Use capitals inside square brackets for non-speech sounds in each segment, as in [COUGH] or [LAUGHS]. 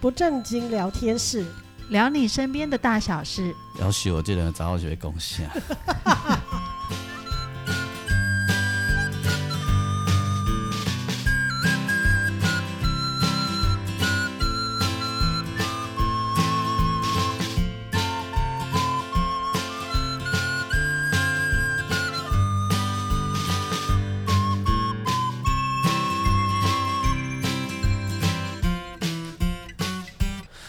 不正经聊天室，聊你身边的大小事。要是我这人早就会贡献。 [LAUGHS]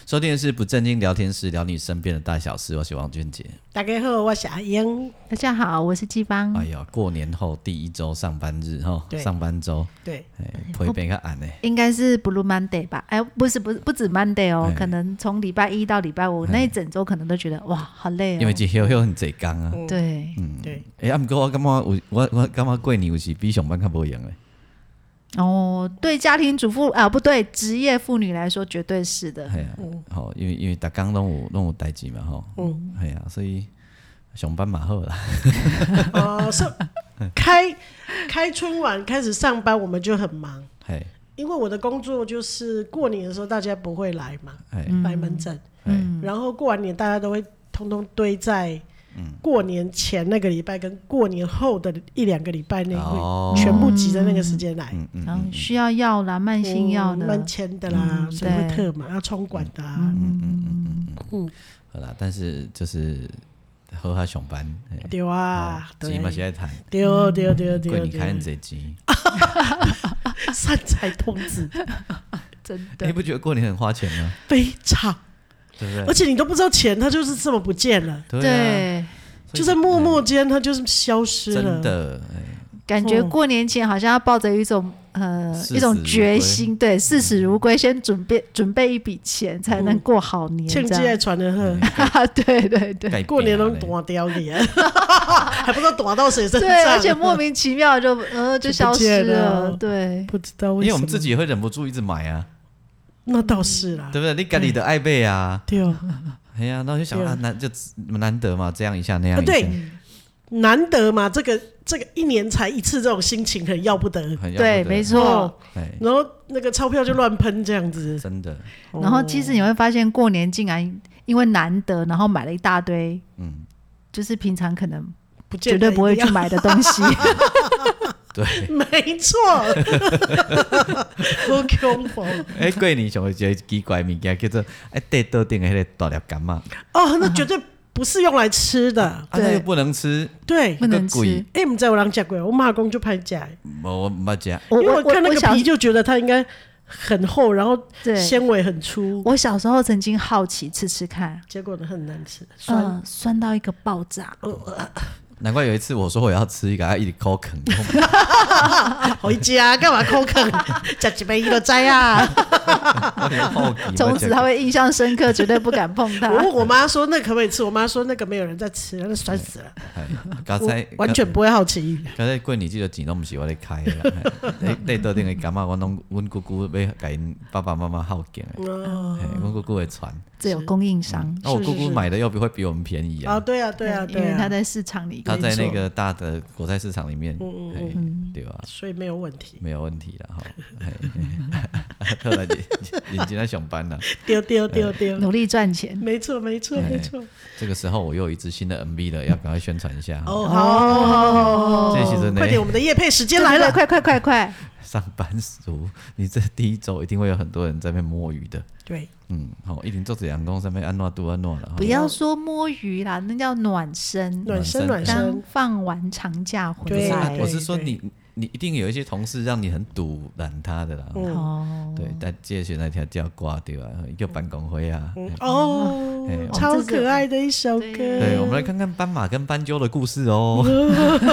收听的是不正经聊天室，聊你身边的大小事。我是王俊杰。大家好，我是阿英。大家好，我是季芳。哎呀，过年后第一周上班日哈，嗯对上班周，对，哦哎，会变个暗呢。应该是 Blue Monday 吧？哎，不是，不是，不止 Monday 哦，哎可能从礼拜一到礼拜五哎那一整周，可能都觉得哇，好累哦。因为这休休很侪工啊。嗯对，对，哎，啊，毋过我感觉有我我感觉过年有时比上班较无用诶。哦，对家庭主妇啊，不对，职业妇女来说，绝对是嗯的。系啊，吼，因为因为逐工拢有拢有代志嘛吼。嗯。系啊，所以上班嘛好啦。哦， [LAUGHS] 是开开春晚开始上班，我们就很忙，系因为我的工作就是过年的时候大家不会来嘛，系摆门诊，系然后过完年大家都会通通堆在过年前那个礼拜跟过年后的一两个礼拜内会哦嗯全部挤在那个时间来。嗯然后需要药啦，慢性药的，闷签的啦，嗯谁会对特嘛？要冲管的嗯啊，好啦，但是就是好好上班。嘿对啊，对钱嘛嗯哦是爱趁，对对对过对年开很对，啊侪钱。善财童子真你的。不觉得过年很花钱吗？非常，对不而对？且你都不知道钱，它就是这么不见了，啊，对，所以就在默默间，它就是消失了。真的，哎感哦觉过年前好像要抱着一种呃视死嗯一种决心，对，视死如归，先准备准备一笔钱，才能过好年。哦趁这机爱样，传的 [LAUGHS] 嗯很，对对对。哎改嗯过年变啊都了嘞躲掉你，啊还不知道躲到谁身上。对，而且莫名其妙就呃就消失啊就不见了对，不知道为什么，因为我们自己也会忍不住一直买啊，那倒是啦对，不对？你家里的爱贝啊，对哦，哎呀，那我就想对啊啊，难就难得嘛，这样一下那样一啊对下，难得嘛，这个这个一年才一次这种心情很要不得，很要不对，得没，错哦。哎，然后那个钞票就乱喷这样子，真的，然后其哦实你会发现，过年竟然因为难得，然后买了一大堆，嗯，就是平常可能不见绝得对不会一定去要买的东 [LAUGHS] 西。对，没 [LAUGHS] 错， [LAUGHS] 不恐怖哎，过年上有一个奇怪的物件叫做哎，地桌顶的那个大粒柑嘛，哦，那绝对不是用来吃的。啊，那对又不能吃，对，不能那鬼吃。哎、你们在我郎讲过，我妈公就拍假，我我没吃，我因为我我看那我个小皮就觉得它应该很厚，然后对，纤维很粗，我小时候曾经好奇吃吃看，结果呢很难吃，酸。哦嗯，酸到一个爆炸。难怪有一次我说我要吃一个，他啊一直抠啃， [LAUGHS] 回家干嘛抠 [LAUGHS] 啃？吃几杯一个摘啊！ [LAUGHS] 我连好奇，从此他会印象深刻，绝对不敢 [LAUGHS] 碰它我。问我妈说那可不可以吃，我妈说那个没有人在吃，那酸死了，哎，刚我才完全不会好奇。刚才过年即个钱拢毋是我咧 [LAUGHS] 开的啦，嘿你你桌顶的柑仔，我拢阮姑姑要甲因爸爸妈妈孝敬的，哦，嘿阮姑姑会传。哦这有供应商，那我是姑姑是买的又不会比我们便宜啊，啊，嗯对啊，对啊，因对为他啊，在市场里她面在那做个大的果菜市场里嗯面，嘿对吧？所以没有问题。没有问题了哈。嘿 [LAUGHS] 后来你你今天上班了，丢丢丢丢，努力赚钱。没错，没错，哎没错。这个时候我又有一支新的 MV 了，要赶快宣传一下。哦，好，好好这时阵呢快，点，我们的夜配时间来了。快快快哦快！上班族，你这第一周一定会有很多人在那边摸鱼的。对，嗯，好，一定做子阳光上面安诺杜安诺了哈。不要说摸鱼啦，那叫暖身。暖身暖刚身，放完长假回对是啊来对，我是说你你一定有一些同事让你很堵拦他的啦。嗯，哦，对，但借选那条叫挂对吧？一个办公会啊。嗯哦哎，超可爱的一首歌。对，我们来看看斑马跟斑鸠的故事哦。 [LAUGHS]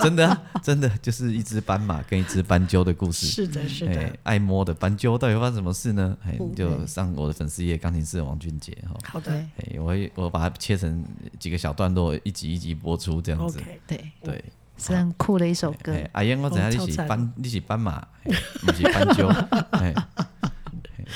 真的啊、真的就是一只斑马跟一只斑鸠的故事。是的，是哎的，爱摸的斑鸠到底发生什么事呢？哎，你就上我的粉丝页，钢琴师的王俊杰哈。好的对哎，我会我把它切成几个小段落，一集一集播出这样子。 ，OK，对，对，是很酷的一首歌。哎，阿燕，我知影哦你超是赞斑，你是斑马， [LAUGHS] 嘿不是斑鸠。哎，嘿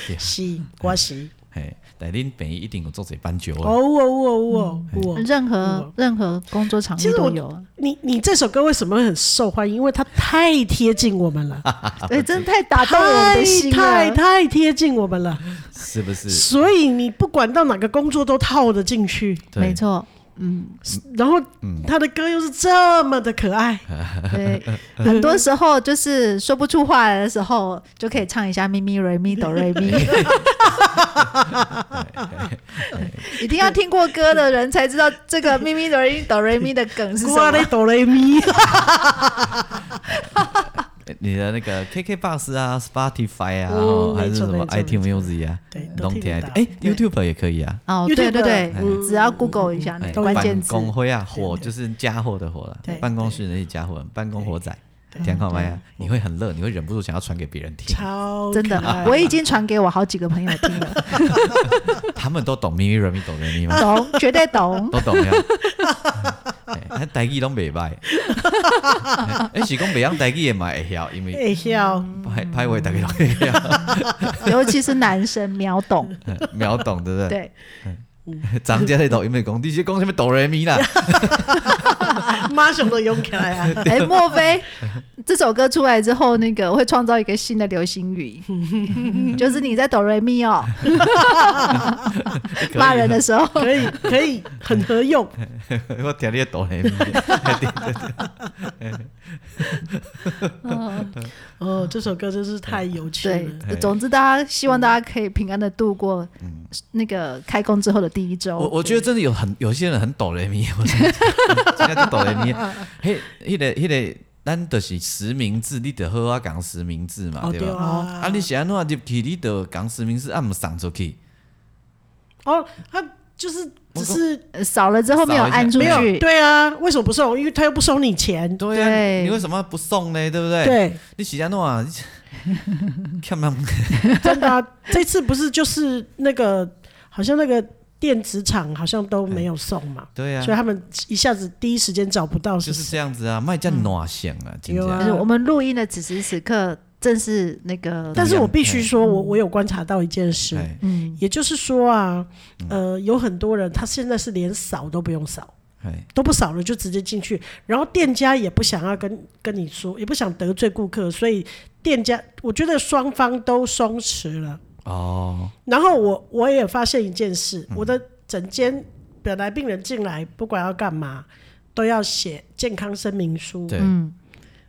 对是瓜西，嘿，但恁北一定有做者斑鸠哦啊，哦哦哦哦！任何任何工作场其域实都我有啊，你你这首歌为什么会很受欢迎？因为它太贴近我们 [LAUGHS] 了，对，真的太打动我们太的心太了。太贴近我们了，是不是？所以你不管到哪个工作都套得进去。对没错，嗯，然后嗯哎他的歌又是这么的可爱，对，很多时候就是说不出话来的时候，就可以唱一下咪 [LAUGHS] 咪瑞咪哆瑞咪。一定要听过歌的人才知道这个咪咪哆瑞咪哆瑞咪的梗是什瓜嘞么。哆来咪，你的那个 KKBox 啊、Spotify 啊，然哦后还是什没么错没错 iTunes Music 啊，对，都都听听得得到。到。哎，YouTube 也可以啊。哦， YouTube 对对对嗯，只要 Google 一下那哎，个关键办字，公会啊，火对对就是家伙的火了对，办公室那些家伙，办公火仔，对天看麦啊，你会很热，你会忍不住想要传给别人听，超真可哎爱的，我已经传给我好几个朋友 [LAUGHS] 听了， [LAUGHS] 他们都懂咪咪咪懂咪咪吗？懂，绝对懂。都懂呀。 [LAUGHS] 哎，他台语拢袂歹， [LAUGHS] 哎，是讲袂晓台语也嘛会晓，因为哎笑，拍拍话大家都会晓， [LAUGHS] 尤其是男生秒懂，秒懂对不对？对，张家那抖因为讲，你是讲什么哆来咪啦？ [LAUGHS] 哎妈熊都用起来 [LAUGHS] 啊！哎，莫非这首歌出来之后，那个会创造一个新的流 [LAUGHS] 行语，就是你在哆瑞咪哦以骂人的时候，可以可以，很合用。我听你的哆 [LAUGHS] 来咪，嗯，哦，这首歌真是太有趣对了。，总之大家希望大家可以平安的度过嗯那个开工之后的第一周。我我觉得真的有很有些人很哆来咪， [LAUGHS] 我真的真的就哆来咪。嘿，迄个迄个，咱就是实名制，你得好好讲实名制嘛，哦对对吧？啊啊，你是安怎入去，你得讲实名制，啊，毋送出去，哦，他就是只是呃扫了之后没有按出没有去，对啊，为什么不送？因为他又不收你钱。对啊，对你为什么不送呢？对不对？，对，你是安怎啊？ [LAUGHS] 你欠人真的啊， [LAUGHS] 这次不是就是那个，好像那个电子厂好像都没有送嘛， [LAUGHS] 对啊所以，他们一下子第一时间找不到就是是谁。这样子啊，卖叫暖想啊，真对正啊就是我们录音的此时此刻正是那个，但是我必须嗯说，我我有观察到一件事，哎嗯，也就是说啊，嗯呃，有很多人他现在是连扫都不用扫，哎，都不扫了就直接进去，然后店家也不想要跟跟你说，也不想得罪顾客，所以店家我觉得双方都松弛了。哦，然后我我也发现一件事，嗯我的整间本来病人进来不管要干嘛，都要写健康声明书，对，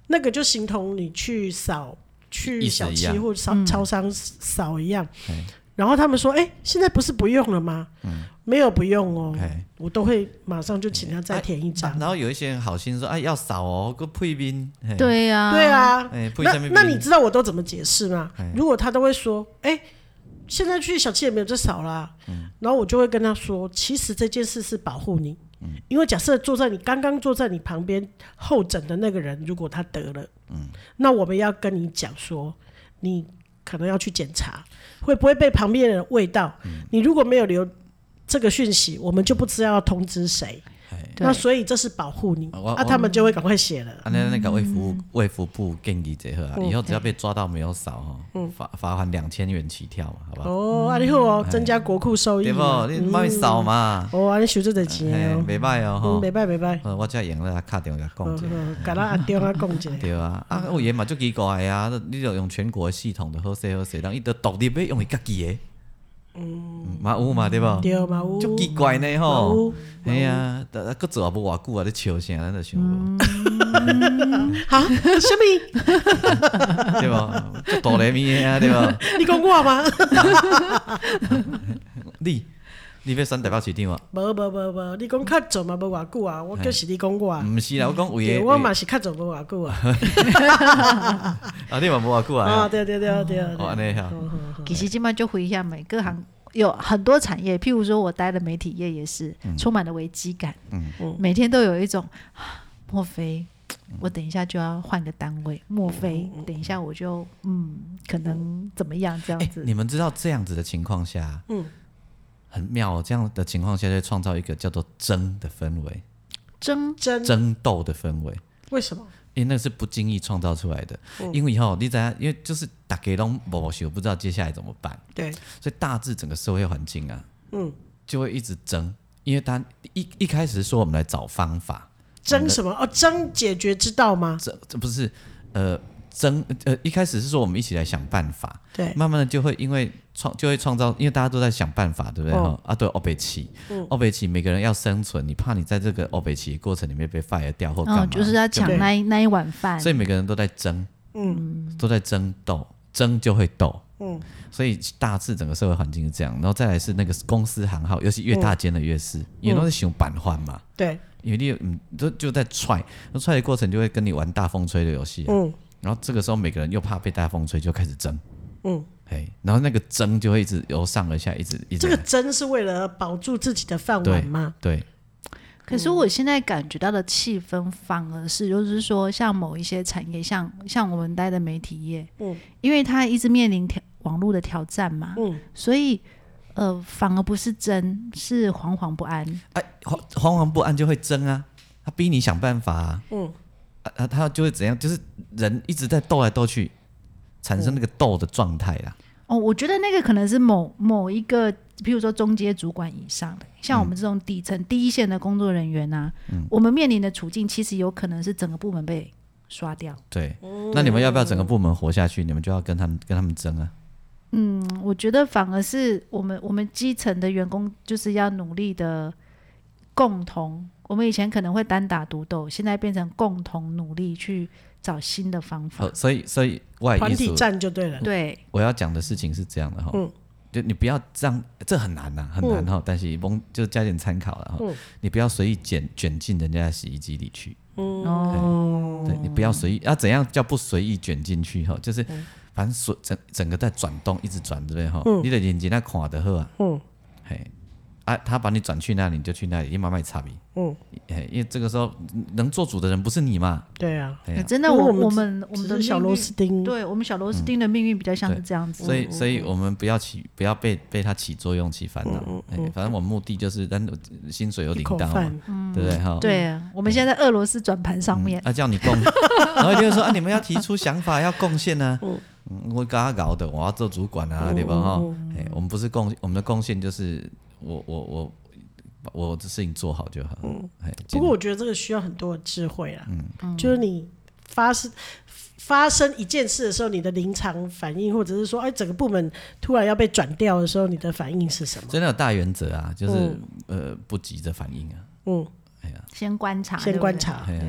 那个就形同你去扫去意思小一七样或超超商扫一样哎。然后他们说：“哎、现在不是不用了吗？”嗯没有不用哦哎，我都会马上就请他再填一张啊。然后有一些人好心说，哎，要扫哦，个配面，嘿，对呀，对，啊，哎，配那什么面那你知道我都怎么解释吗哎？如果他都会说：“哎、现在去小七也没有这少啦。然后我就会跟他说：“其实这件事是保护你，因为假设坐在你刚刚坐在你旁边候诊的那个人，如果他得了，那我们要跟你讲说，你可能要去检查，会不会被旁边的人喂到？你如果没有留这个讯息，我们就不知道要通知谁。对那所以这是保护你啊我啊，他们就会赶快写了。啊，那那个卫福嗯卫福部建议这后哦啊，以后只要被抓到没有扫哈，罚罚款两千元起跳嘛，好不好？哦，啊，你好哦，增加国库收益对嘛。不？你卖扫嘛，哦，安尼收这个嘿钱，哦，袂歹嗯，哦吼袂歹袂歹，呃。我才用了卡电话讲者，嗯，甲咱阿中啊讲一下，对啊，啊，嗯有也嘛足奇怪的啊，你就用全国的系统的好势好势，人伊都独立要用伊家己的，嗯，嘛有嘛对不？对嘛有，足奇怪呢嘛吼有，嗯哎呀，啊，搁做也无偌久啊，你笑啥？咱就想无，好， [LAUGHS] 什么？ [LAUGHS] 对无？足哆来咪的啊，[LAUGHS] 对无？你讲我吗？你你要选代表市长啊？无无无无，你讲较早嘛无偌久啊，我就是你讲我啊，毋是啦，我讲对，哎嗯有我诶，嘛是较早无偌 [LAUGHS] 久啊，啊，你嘛无偌久啊，啊，对对对对，哦，安对尼哈，其实今麦就回一下每个行。有很多产业，譬如说我待的媒体业也是、嗯充满了危机感，嗯每天都有一种，啊莫非嗯我等一下就要换个单位？莫非嗯等一下我就嗯，可能怎么样这样哎，子？你们知道这样子的情况下，嗯，很妙哦，这样的情况下就会创造一个叫做争的氛围，争真争斗的氛围。为什么？因为那是不经意创造出来的。嗯因为哈，你在因为就是打给拢某某学不知道接下来怎么办，对，所以大致整个社会环境啊，嗯，就会一直争，因为他一一开始说我们来找方法，争什么？哦，争解决之道吗？这这不是呃争呃一开始是说我们一起来想办法，对，慢慢的就会因为创就会创造，因为大家都在想办法，对不对？哦嗯哈啊，对，欧北奇，欧北奇，每个人要生存，你怕你在这个欧北奇过程里面被 fire 掉或干嘛，嗯，就是要抢对那一那一碗饭，所以每个人都在争，嗯，都在争斗，争就会斗，嗯，所以大致整个社会环境是这样，然后再来是那个公司行号，尤其越大间的越嗯是，因为都是想板换嘛，对，因为你有嗯都就在踹，那踹的过程就会跟你玩大风吹的游戏、啊，嗯然后这个时候每个人又怕被大风吹，就开始争，嗯，哎，然后那个争就会一直由上而下，一直一这直来，个争是为了保住自己的饭碗吗？对，可是嗯我现在感觉到的气氛，反而是就是说，像某一些产业，像像我们待的媒体业，嗯，因为它一直面临挑网络的挑战嘛，嗯，所以呃，反而不是争，是惶惶不安。哎、惶惶惶不安就会争啊，他逼你想办法、啊，嗯啊啊，他就会怎样？就是人一直在斗来斗去，产生那个斗的状态啦。哦，我觉得那个可能是某某一个，比如说中阶主管以上的，像我们这种底层、第一线的工作人员呐、我们面临的处境其实有可能是整个部门被刷掉。对，嗯那你们要不要整个部门活下去？你们就要跟他们跟他们争啊。我觉得反而是我们我们基层的员工就是要努力的共同，我们以前可能会单打独斗，现在变成共同努力去找新的方法。好，所以所以外团艺体术，战就对了。对，我要讲的事情是这样的哈。嗯就你不要这样，这很难呐、很难哈、但是蒙就加点参考了哈、嗯你不要随意卷卷进人家的洗衣机里去，嗯哦，对你不要随意，要怎样叫不随意卷进去哈？就是嗯反正所整整个在转动，一直转对不对哈？你的眼睛那看得好啊，嗯嘿，啊，他把你转去那里，你就去那里，你慢慢差别。嗯，哎，因为这个时候嗯能做主的人不是你嘛？对啊，哎呀真的，因为我我们我们我们只的是小命螺运丝钉。对我们小螺丝钉的命运比较像是嗯对这样嗯子，所以，所以我们不要起，不要被被他起作用、起烦恼。哎，反正我目的就是，但薪水有嗯一领口到嘛饭，，嗯对不对？哈，对啊，我们现在在俄罗斯转盘上面，啊，叫你贡，然后就说啊，你们要提出想法，要贡献呢。嗯我刚刚搞的，我要做主管啊，对吧？哈，哎，我们不是贡，我们的贡献就是我我我我的事情做好就好。哎，不过我觉得这个需要很多的智慧啊，嗯就是你发生发生一件事的时候，你的临场反应，或者是说，哎，整个部门突然要被转掉的时候，你的反应是什么？真的有大原则啊，就是呃，不急着反应啊。嗯，哎呀，先观察，对先不观对，察。嗯哎呀，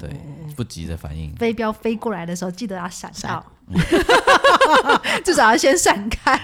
对，对，不急着反应。飞镖飞过来的时候，记得要闪到，嗯 [LAUGHS] 至少要先 [LAUGHS] 闪开。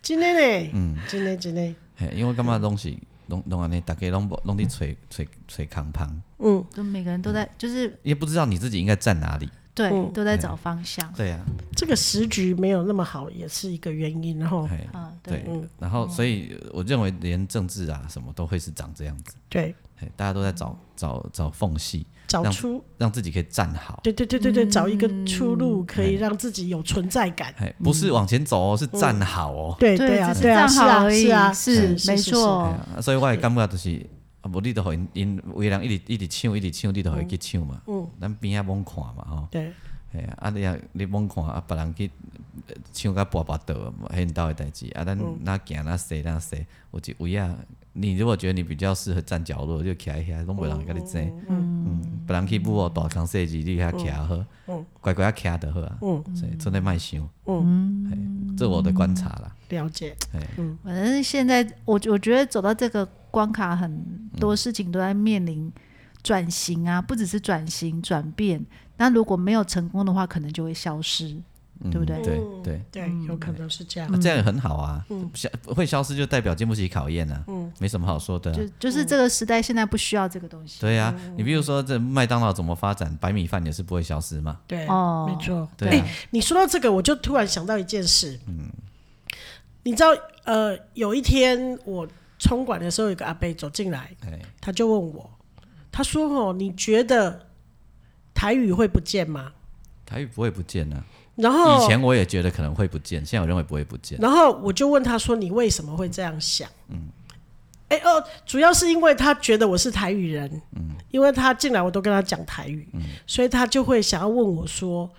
今天呢？嗯，今天今天，嘿，因为我感觉拢是拢拢安尼，大家拢无拢伫揣揣揣康胖，嗯，就每个人都在，就是也不知道你自己应该站哪里。对，嗯都在找方向。对呀、这个时局没有那么好，也是一个原因。然啊，后，嘿，嗯，对对，哦然后所以我认为连政治啊什么都会是长这样子，对，嘿，大家都在找找找缝隙，找让出，让自己可以站好。对对对对嗯对，找一个出路，可以让自己有存在感。嘿，不是往前走哦，是站好哦。对对啊，只是对啊，站是好啊，而已，是啊，没。嘿错。啊所以我的感觉就是，啊，无你都互因因为人一直一直抢，一直抢，你都互伊去抢嘛。嗯咱边仔罔看嘛吼。对，嘿啊，啊你啊，你罔看啊，别人去呃唱甲跋跋倒，迄因兜诶代志啊，咱哪行哪踅哪踅，有一位啊，你如果觉得你比较适合站角落，就徛在遐，拢无人甲你争，嗯，别人去舞哦，大空细字，你遐徛好，乖乖啊徛就好啊，所以真诶莫想，嗯，这我的观察啦，了解。嘿，反正现在我嗯我觉得走到这个关卡，很多事情都在面临转型啊，不只是转型转变。那如果没有成功的话，可能就会消失。嗯对不对对嗯对。对，有可能是这样那。这样也很好啊，消会消失就代表经不起考验啊，没什么好说的啊。就就是这个时代现在不需要这个东西。对啊，你比如说这麦当劳怎么发展，白米饭也是不会消失嘛。对，哦没错。对哎、啊你说到这个，我就突然想到一件事。嗯，你知道，呃，有一天我冲管的时候，有个阿伯走进来，哎，他就问我，他说：“哦，你觉得台语会不见吗台语不会不见呢、？”然啊。以后，前我也觉得可能会不见，现在我认为不会不见。然后我就问他说：“你为什么会这样想？”嗯，哎、哦，主要是因为他觉得我是台语人，因为他进来我都跟他讲台语，所以他就会想要问我说，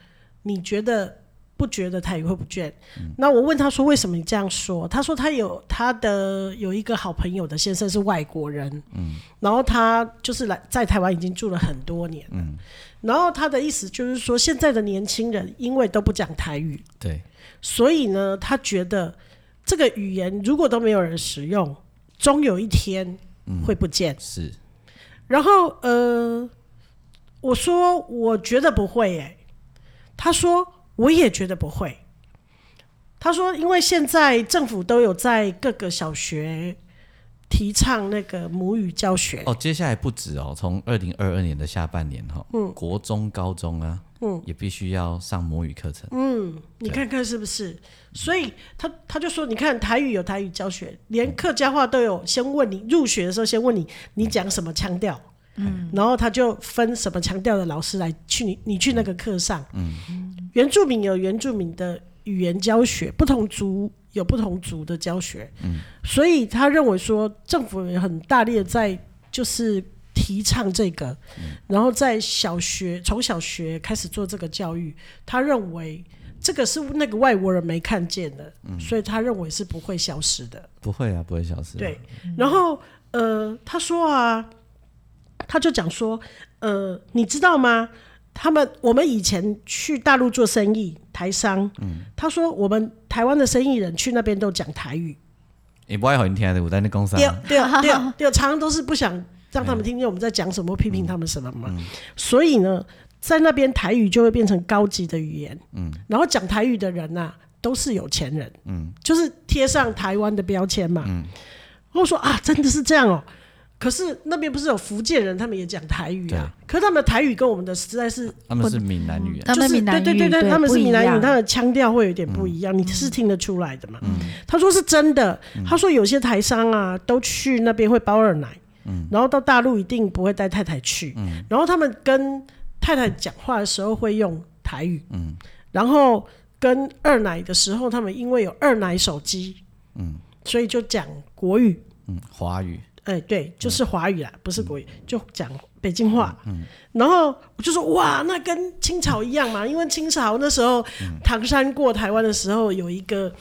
你觉得不觉得台语会不倦？那我问他说为什么你这样说？他说他有他的有一个好朋友的先生是外国人，然后他就是来在台湾已经住了很多年了，然后他的意思就是说现在的年轻人因为都不讲台语，对，所以呢，他觉得这个语言如果都没有人使用，终有一天会不见。是，然后呃，我说我觉得不会耶、他说我也觉得不会。他说因为现在政府都有在各个小学提倡那个母语教学，哦，接下来不止哦，从二零二二年的下半年哈、嗯国中、高中啊，也必须要上母语课程，嗯你看看是不是？所以他他就说，你看台语有台语教学，连客家话都有。先问你入学的时候，先问你你讲什么腔调，嗯，然后他就分什么腔调的老师来去你你去那个课上，嗯，原住民有原住民的语言教学，不同族有不同族的教学，嗯，所以他认为说政府也很大力的在就是。提倡这个，然后在小学从小学开始做这个教育，他认为这个是那个外国人没看见的，所以他认为是不会消失的。不会啊，不会消失、啊。对，然后呃，他说啊，他就讲说，呃，你知道吗？他们我们以前去大陆做生意，台商，他说我们台湾的生意人去那边都讲台语，也不爱好你听的，我在那公司对 [LAUGHS] 对啊对对，常常都是不想让他们听见我们在讲什么，批评他们什么嘛。所以呢，在那边台语就会变成高级的语言。嗯，然后讲台语的人呐、啊都是有钱人。嗯，就是贴上台湾的标签嘛。嗯，我说啊，真的是这样哦。可是那边不是有福建人，他们也讲台语啊。可是他们的台语跟我们的实在是他们是闽南语、啊，他们闽南语就是对对对，他们是闽南不一语，样嗯他的腔调会有点不一样，你是听得出来的嘛？他说是真的，他说有些台商啊都去那边会包二奶，然后到大陆一定不会带太太去，然后他们跟太太讲话的时候会用台语，然后跟二奶的时候，他们因为有二奶手机，所以就讲国语，嗯，华语哎、对，就是华语啦，不是国语，就讲北京话。然后我就说，哇，那跟清朝一样嘛，因为清朝那时候唐山过台湾的时候有一个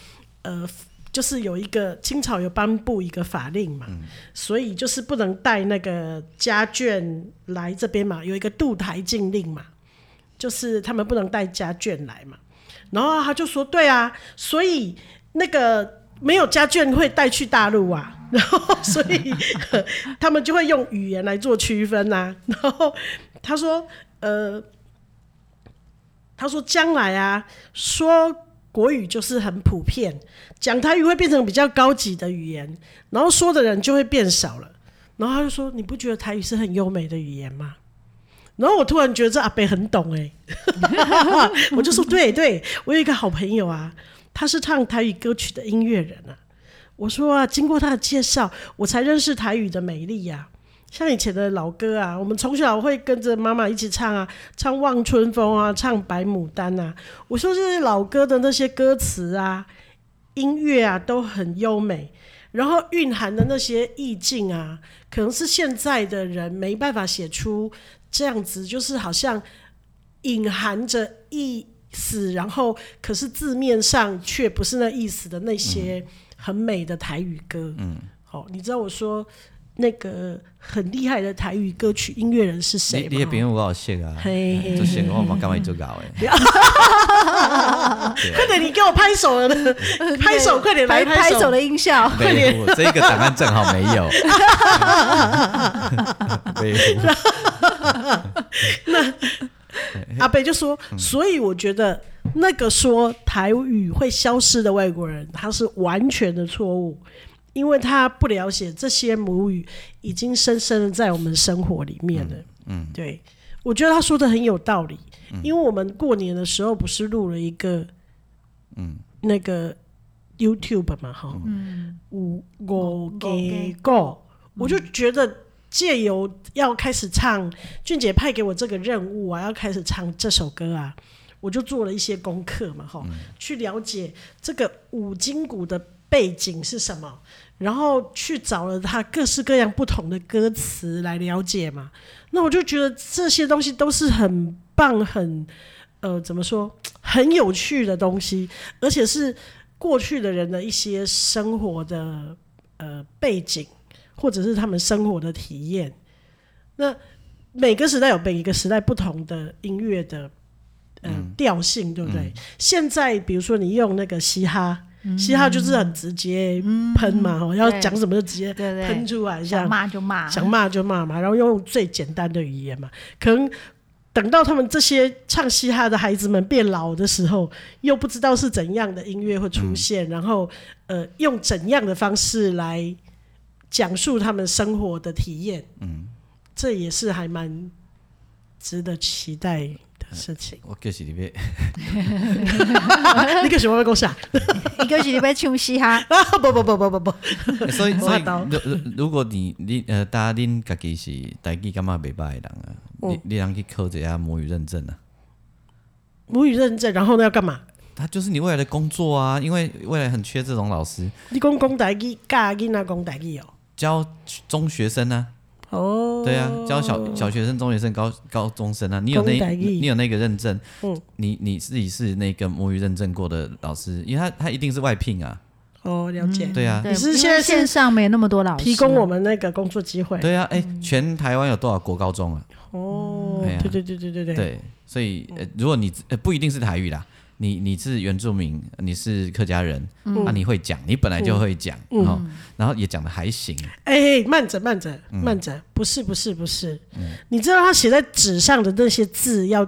呃。就是有一个清朝有颁布一个法令嘛，所以就是不能带那个家眷来这边嘛，有一个渡台禁令嘛，就是他们不能带家眷来嘛。然后他就说：“对啊，所以那个没有家眷会带去大陆啊，然后所以呃他们就会用语言来做区分呐、啊。然后他说，呃，他说将来啊，说国语就是很普遍，讲台语会变成比较高级的语言，然后说的人就会变少了。然后他就说，你不觉得台语是很优美的语言吗？然后我突然觉得这阿北很懂哎、 [LAUGHS] 我就说对对，我有一个好朋友啊，他是唱台语歌曲的音乐人啊。我说啊，经过他的介绍，我才认识台语的美丽呀、像以前的老歌啊，我们从小会跟着妈妈一起唱啊，唱《望春风》啊，唱《白牡丹》啊。我说这些老歌的那些歌词啊，音乐啊都很优美，然后蕴含的那些意境啊，可能是现在的人没办法写出这样子，就是好像隐含着意思，然后可是字面上却不是那意思的那些嗯很美的台语歌。嗯，好、你知道我说那个很厉害的台语歌曲音乐人是谁你吗？你的朋友我有识啊，嘿嘿就识我嘛，干嘛做搞诶？快点，你给我拍手 [LAUGHS] 了呢！拍手，快点来拍拍手的音效，没有，这个档案正好没 [LAUGHS] 有。 [LAUGHS] 没有，。阿北就说，所以我觉得那个说台语会消失的外国人，他是完全的错误，因为他不了解这些母语已经深深的在我们生活里面了。嗯，对，我觉得他说的很有道理，因为我们过年的时候不是录了一个，嗯，那个 YouTube 嘛，哈，嗯五五给嗯够，我就觉得借由要开始唱俊姐派给我这个任务啊，要开始唱这首歌啊，嗯我就做了一些功课嘛，哈，去了解这个五筋骨的背景是什么，然后去找了他各式各样不同的歌词来了解嘛。那我就觉得这些东西都是很棒、很呃怎么说很有趣的东西，而且是过去的人的一些生活的呃背景，或者是他们生活的体验。那每个时代有每个时代不同的音乐的呃调性，对不对？现在比如说你用那个嘻哈，嘻哈就是很直接喷嘛，哦要嗯对讲什么就直接对对喷出来，这想样骂就骂，想骂就骂嘛，然后用最简单的语言嘛。可能等到他们这些唱嘻哈的孩子们变老的时候，又不知道是怎样的音乐会出现，然后呃，用怎样的方式来讲述他们生活的体验，嗯，这也是还蛮值得期待的事情我就是你要啊你个什么公司啊？一个是礼拜唱嘻哈， [LAUGHS] 啊，不不不不不不， [LAUGHS] 欸 [LAUGHS] 所以，我所以懂如如如果你你呃，大家恁家己是家己感觉袂歹的人啊，哦你你人去考一下母语认证啊，母语认证，然后呢要干嘛？它就是你未来的工作啊，因为未来很缺这种老师你讲讲台语，教囡仔讲台语哦。教中学生啊，哦，对啊，教小小学生、中学生、高高中生啊，你有讲台那语你有那个认证，嗯你你自己是那个母语认证过的老师，因为他他一定是外聘啊，哦，了解。对啊，对，你是因为现在是线上没有那么多老师提供我们那个工作机会。对啊，哎，全台湾有多少国高中啊？哦哎呀，对对对对对嗯对，对，所以、呃、如果你、呃、不一定是台语啦，你你是原住民，你是客家人，嗯啊，你会讲，你本来就会讲，哦，然后也讲的还行，哎，慢着慢着嗯慢着，不是不是不是，你知道他写在纸上的那些字要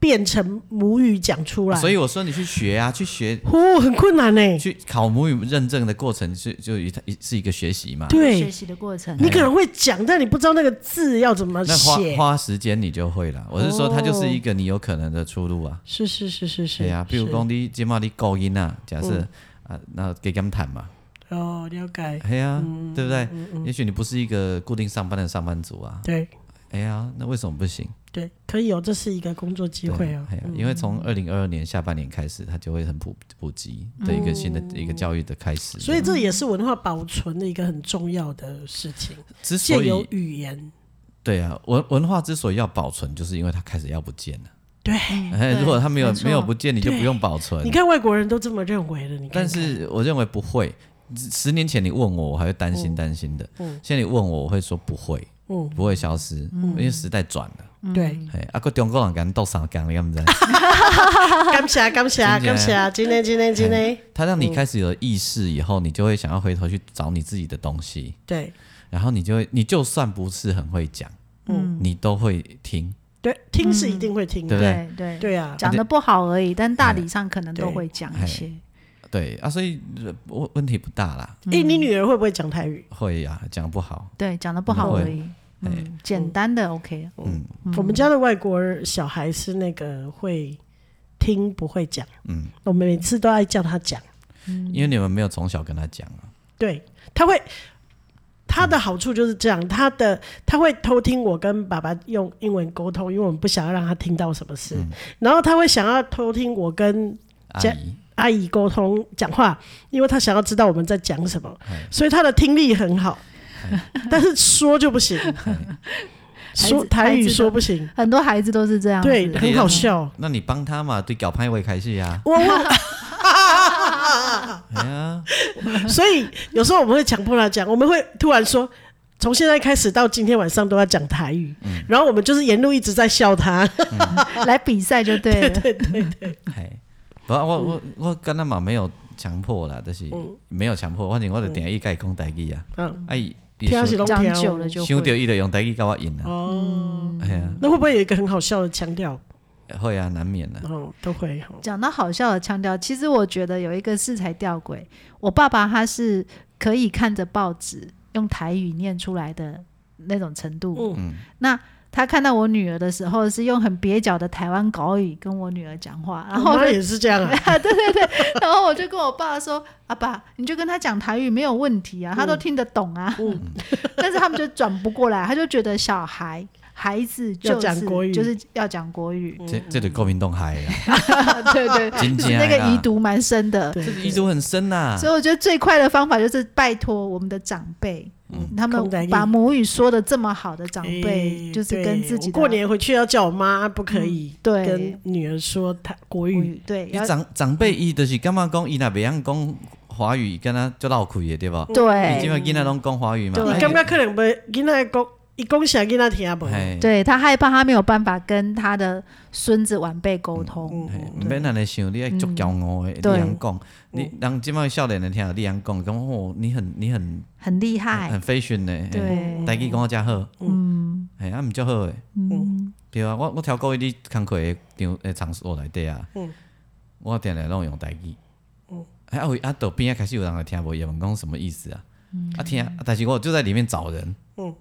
变成母语讲出来，所以我哎说你去学啊，去学哦很困难呢。去考母语认证的过程是就一一是一个学习嘛，学对，习的过程，你可能会讲，但你不知道那个字要怎么那花写。花时间你就会了。我是说，它就是一个你有可能的出路啊。是是是是是，对啊，比如哦是嗯讲你今嘛你高音啊，假设、啊，那给他们谈嘛，哦，了解，哎呀、嗯对不对？也许你不是一个固定上班的上班族啊，对哎呀，那为什么不行？对，可以哦，这是一个工作机对会哦。哎呀因为从二零二二年下半年开始，它就会很普普及的一个新的一个教育的开始。嗯所以这也是文化保存的一个很重要的事情，之借所由以语言。对啊，文文化之所以要保存，就是因为它开始要不见了。对，哎，嗯对 [LAUGHS] 如果它没有没错没有不见，你就不用保存你。看外国人都这么认为的，你看看但是我认为不会。十年前你问我，我还会担心担心的。嗯现在你问我，我会说不会，嗯不会消失，因为时代转了。对，哎，啊个中国人敢斗三讲，你敢嗯不知？感 [LAUGHS] 谢感谢真的感谢，今天今天今天，他让你开始有意识以后，你就会想要回头去找你自己的东西。对然后你就会，你就算不是很会讲，嗯你都会听，对，听是一定会听的，对不对对对，对啊，讲的不好而已，但大体上可能都会讲哎一些。对啊，所以呃问问题不大啦，诶，哎你女儿会不会讲台语？会呀、讲不好，对，讲的不好会哎而已。嗯，简单的 OK，我们家的外国小孩是那个会听不会讲，嗯，我们每次都爱叫他讲，嗯因为你们没有从小跟他讲啊，对，他会。他的好处就是这样，他的他会偷听我跟爸爸用英文沟通，因为我们不想要让他听到什么事。然后他会想要偷听我跟阿这姨，阿姨沟通讲话，因为她想要知道我们在讲什么，哎所以她的听力很好，但是说就不行，说孩子台孩语子说的不行，很多孩子都是这样子。对，可以很让好他笑。 [LAUGHS] 那你帮他嘛，对，搞派位开始呀、我啊啊，哎呀，我，所以有时候我们会强迫他讲，我们会突然说，从现在开始到今天晚上都要讲台语，嗯然后我们就是沿路一直在笑他。 [LAUGHS] 来比赛就对 [LAUGHS] 了。哎，不，我我我跟他嘛没有强迫啦，就是嗯没有强迫，反正我就定一改讲台语啊，嗯，啊伊，听是拢讲听久了就想到会。伊就用台语跟我应啊，哦，哎呀、 [LAUGHS] 那会不会有一个很好笑的腔调？会啊，难免啊，哦，都会哦讲到好笑的腔调，其实我觉得有一个是才吊诡。我爸爸他是可以看着报纸用台语念出来的那种程度。嗯那他看到我女儿的时候，是用很蹩脚的台湾口语跟我女儿讲话，然我后我妈就也是这样啊， [LAUGHS] 然后我就跟我爸说：“阿爸，你就跟他讲台语没有嗯 [LAUGHS] 问题啊，他都听得懂啊。但是他们就转不过来，他就觉得小孩孩子要就讲国语是就是要讲国语， [LAUGHS] 这这个国民党害啊，对对， [LAUGHS] 真就是正那的个啦遗毒蛮深的。对这个遗毒很深啊呐所。以我觉得最快的方法就是拜托我们的长辈，嗯他空白们力把母语说的这么好的长辈，诶就是哎对跟自己我的嗯过年回去要叫我妈，不可以对跟女儿说她国母语。语对，你要长长辈伊就是感觉讲伊若袂晓讲华语，敢若足闹亏的对无？伊即对摆囡仔拢讲华语嘛，嗯对你哎感觉可能袂囡仔讲，伊讲啥囡仔听不？嘿，对，他害怕他没有办法跟他的孙子晚辈沟通，嘿毋免安尼想，你爱足骄傲的，你对通讲，你人即摆少年人听，你通讲，讲哦，你很你很很厉很害很，fashion 呢，嘿对，台语讲啊真好，嗯嘿，啊毋足好诶，嗯，对啊，我我超过你工课诶场诶场所内底啊，嗯我定定拢用台语，啊有啊到边啊开始有人来听无，也问讲什么意思啊，嗯啊听啊，但是我就在里面找人，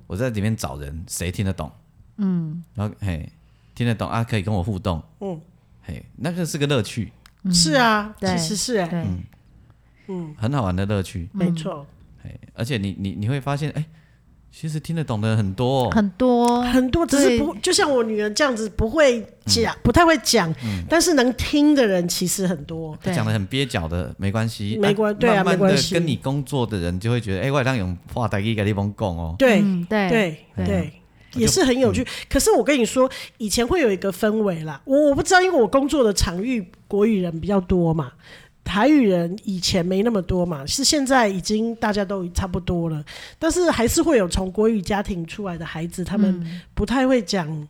我在里面找人，谁听得懂？嗯，然后嘿听得懂啊，可以跟我互动，嗯嘿，那个是个乐趣，是啊，嗯对其实是哎，对，嗯很好玩的乐趣。没错，哎，而且你你你会发现，哎、其实听得懂的人很多、哦。很多很多只是对不，就像我女儿这样子，不会讲，不太会讲，但是能听的人其实很多。他对讲的很蹩脚的，没关系，没关对啊慢慢没关的系跟你工作的人就会觉得，哎、我让用话台语跟你们讲哦，对嗯对对对对。也是很有趣，可是我跟你说，以前会有一个氛围啦，我我不知道，因为我工作的场域国语人比较多嘛，台语人以前没那么多嘛，是现在已经大家都差不多了，但是还是会有从国语家庭出来的孩子，他们不太会讲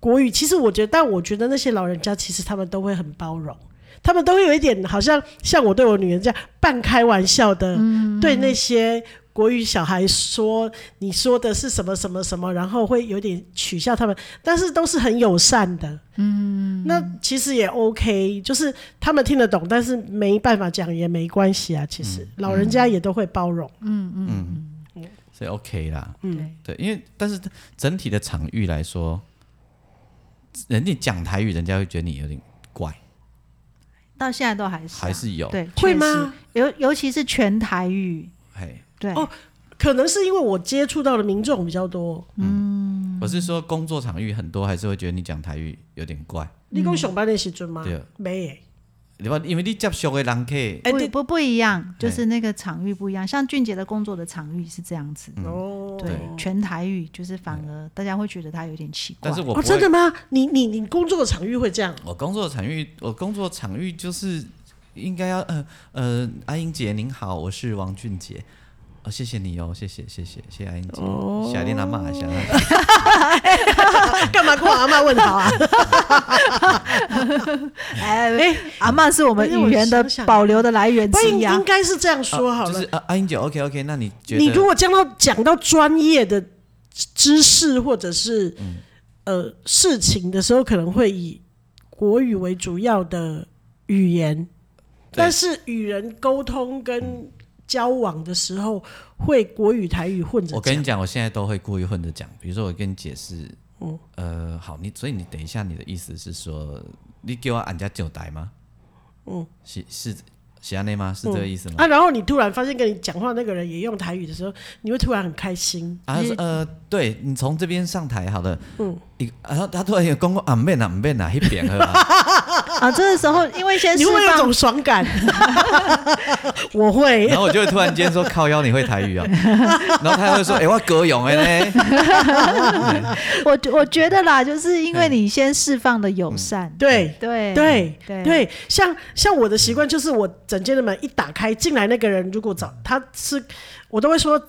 国语。其实我觉得，但我觉得那些老人家其实他们都会很包容，他们都会有一点好像像我对我女儿这样半开玩笑的，对那些国语小孩说你说的是什么什么什么，然后会有点取笑他们，但是都是很友善的。嗯，那其实也 OK，就是他们听得懂，但是没办法讲也没关系啊。其实、老人家也都会包容。所以 OK 啦。嗯对，因为但是整体的场域来说，人家讲台语，人家会觉得你有点怪，到现在都还是啊还是有，对会？确吗实尤尤其是全台语，嘿，对哦可能是因为我接触到的民众比较多。我是说工作场域很多还是会觉得你讲台语有点怪，你讲上班的时阵吗？对没耶。对吧？因为你接触的人客，哎、不对不不一样，就是那个场域不一样。像俊杰的工作的场域是这样子，哦，嗯对，全台语就是反而大家会觉得他有点奇怪。但是我不哦，会真的吗？你你你工作场域会这样？我工作场域，我工作场域就是应该要呃呃，阿英姐您好，我是王俊杰。哦，谢谢你哦，谢谢谢谢谢谢阿英姐，哦小丽娜骂一下，干嘛跟我阿妈问好啊？哎哎，阿嬷是我们语言但的是我想想保留的来 [LAUGHS] 源不之应一啊应。该是这样 [LAUGHS] 说好就了。是啊，阿英姐，OK OK，那你觉得你如果讲到讲到专业的知识或者是、嗯呃事情的时候，可能会以国语为主要的语言，但是与人沟通跟交往的时候，会国语台语混着我跟你讲。讲，我现在都会故意混着讲，比如说我跟你解释，嗯呃，好，你所以你等一下，你的意思是说，你给我俺家酒台吗？嗯，是是是安内吗？是这个意思吗？啊，然后你突然发现跟你讲话那个人也用台语的时候，你会突然很开心。啊，他说呃，对你从这边上台好了，嗯，一然后他突然有公公啊，唔变啦，唔变啦，那边啊，啊，这个时候因为 [LAUGHS] 先你释会不会有一放种爽感，我会然。后我就会突然间说靠腰你会台语啊，然后他会说哎、我歌咏哎呢， [LAUGHS] 我觉我觉得啦，就是因为你先释放的友善，嗯对对对对对，像像我的习惯就是，我整间的门一打开进来，那个人如果早他是，我都会说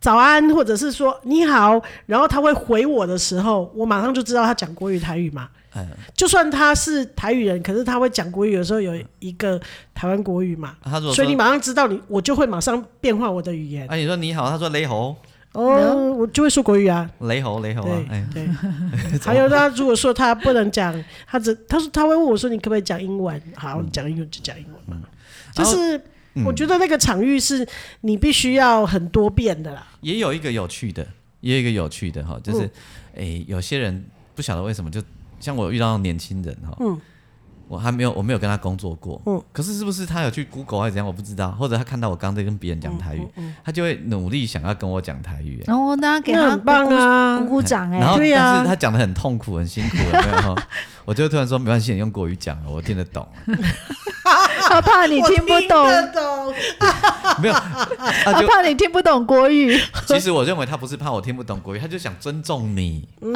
早安，或者是说你好，然后他会回我的时候，我马上就知道他讲国语台语嘛。嗯就算他是台语人，可是他会讲国语，有时候有一个台湾国语嘛，他如果所以你说马上知道你，我就会马上变换我的语言。啊你说你好，他说雷猴哦，我就会说国语啊。雷猴雷猴啊对，哎， [LAUGHS] 对，还有他如果说他不能讲，他只他说他会问我说你可不可以讲英文？好，嗯你讲英文就讲英文嘛。就是我觉得那个场域是你必须要很多变的啦。也有一个有趣的，也有一个有趣的哈，就是哎、有些人不晓得为什么就像我遇到年轻人哈，我还没有，我没有跟他工作过。嗯，可是是不是他有去 Google 还是怎样，我不知道。或者他看到我刚在跟别人讲台语，他就会努力想要跟我讲台语。哎然后大家给那他很棒啊鼓鼓鼓掌哎、然 [LAUGHS] 后，对呀但是他讲的很痛苦，很辛苦，有没有？我就突然说没关系，你用国语讲，我听得懂。他怕你我听不懂，得懂，没有，啊 [LAUGHS] 他他就怕你听不懂国语，其实我认为他不是怕我听不懂国语，他就想尊重你。嗯，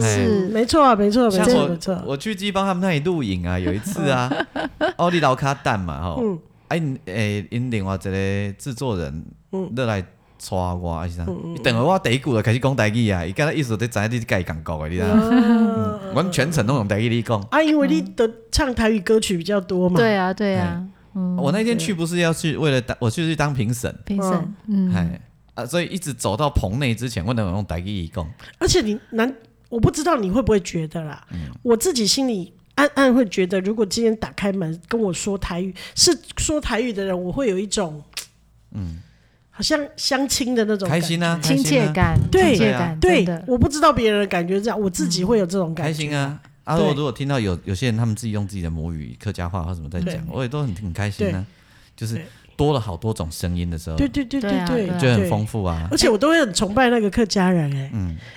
哎是没错啊，没错，没像错，没我错。我去鸡帮他们那里录影啊，有一次啊， [LAUGHS] 奥利劳卡蛋嘛嗯吼，哎诶，因另外一个制作人，嗯落来带我，还是啥？伊等下我第一句就开始讲台语啊，伊敢若意思就知影你是家讲国的，你知影？嗯啊阮全程拢用台语咧讲。啊，因为你的唱台语歌曲比较多嗯嘛，对啊，对啊，嗯我那天去不是要去为了当，我去去当评审，评嗯审，哎啊，所以一直走到棚内之前，我能用台语讲。而且你难，我不知道你会不会觉得啦，嗯我自己心里暗暗会觉得，如果今天打开门跟我说台语，是说台语的人，我会有一种，嗯，好像相亲的那种开感觉心啊，开亲心切啊，感，对亲切感，对真的，我不知道别人的感觉是这样，我自己会有这种开感觉。心啊！啊，对我如果听到有有些人他们自己用自己的母语客家话或什么在对讲，我也都很很开心啊。就是多了好多种声音的时候，对对对对啊对，对啊觉得很对丰富啊。而且我都会很崇拜那个客家人哎、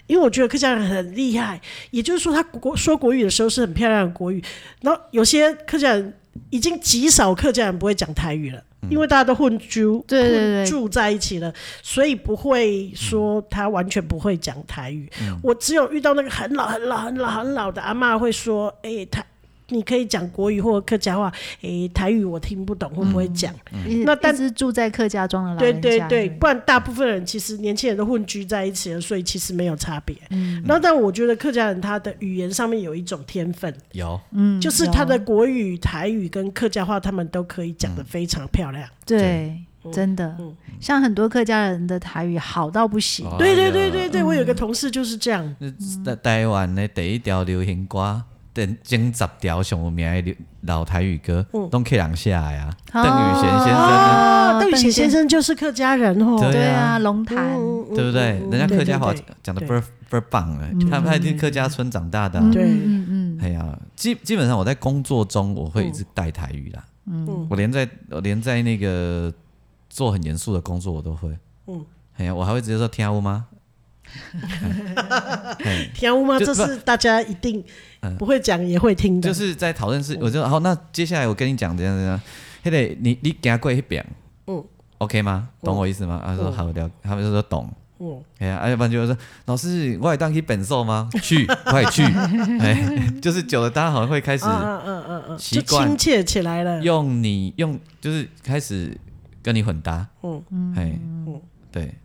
因为我觉得客家人很厉害，也就是说他国说国语的时候是很漂亮的国语，然后有些客家人已经极少客家人不会讲台语了。因为大家都混住，对对对混住在一起了，所以不会说他完全不会讲台语。我只有遇到那个很老、很老、很老、很老的阿嬷会说：“哎、台你可以讲国语或客家话，哎、台语我听不懂，会不会讲？”嗯一那但一直住在客家庄的老对人家，对对，不然大部分人其实年轻人都混居在一起了，所以其实没有差别。嗯然后，但我觉得客家人他的语言上面有一种天分，有嗯，就是他的有国语、台语跟客家话，他们都可以讲嗯得非常漂亮。对，嗯真的，像很多客家人的台语好到不行，哦对对对对对，我有个嗯同事就是这样，在台湾的第一条流行歌，等前十条上有名的流老台语歌，嗯都客人写的啊。邓宇贤先生啊，啊邓宇贤先，生就是客家人哦，嗯对对啊啊，龙潭，对不对？人家客家话对对讲的对倍儿倍儿棒了，他们还是客家村长大的啊。对 [LAUGHS] 嗯嗯哎呀，基基本上我在工作中我会一直带台语啦。嗯，我连在我连在那个做很严肃的工作我都会。嗯，哎呀，我还会直接说听我吗？嘿田屋吗？就嗯这是大家一定不会讲也会听的，就是在讨论事，我就好。那接下来我跟你讲怎样怎样，嘿得你你给他过一边，嗯，OK 嗯吗？懂我意思吗？他说好了，他们就说懂。嗯哎呀，啊要不然就是说，老师，我也当去本寿吗？去，快去！ [LAUGHS] 哎，就是久了，大家好像会开始嗯嗯嗯嗯嗯，习就惯亲切起来了。用你用就是开始跟你混搭，嗯嗯，哎，对，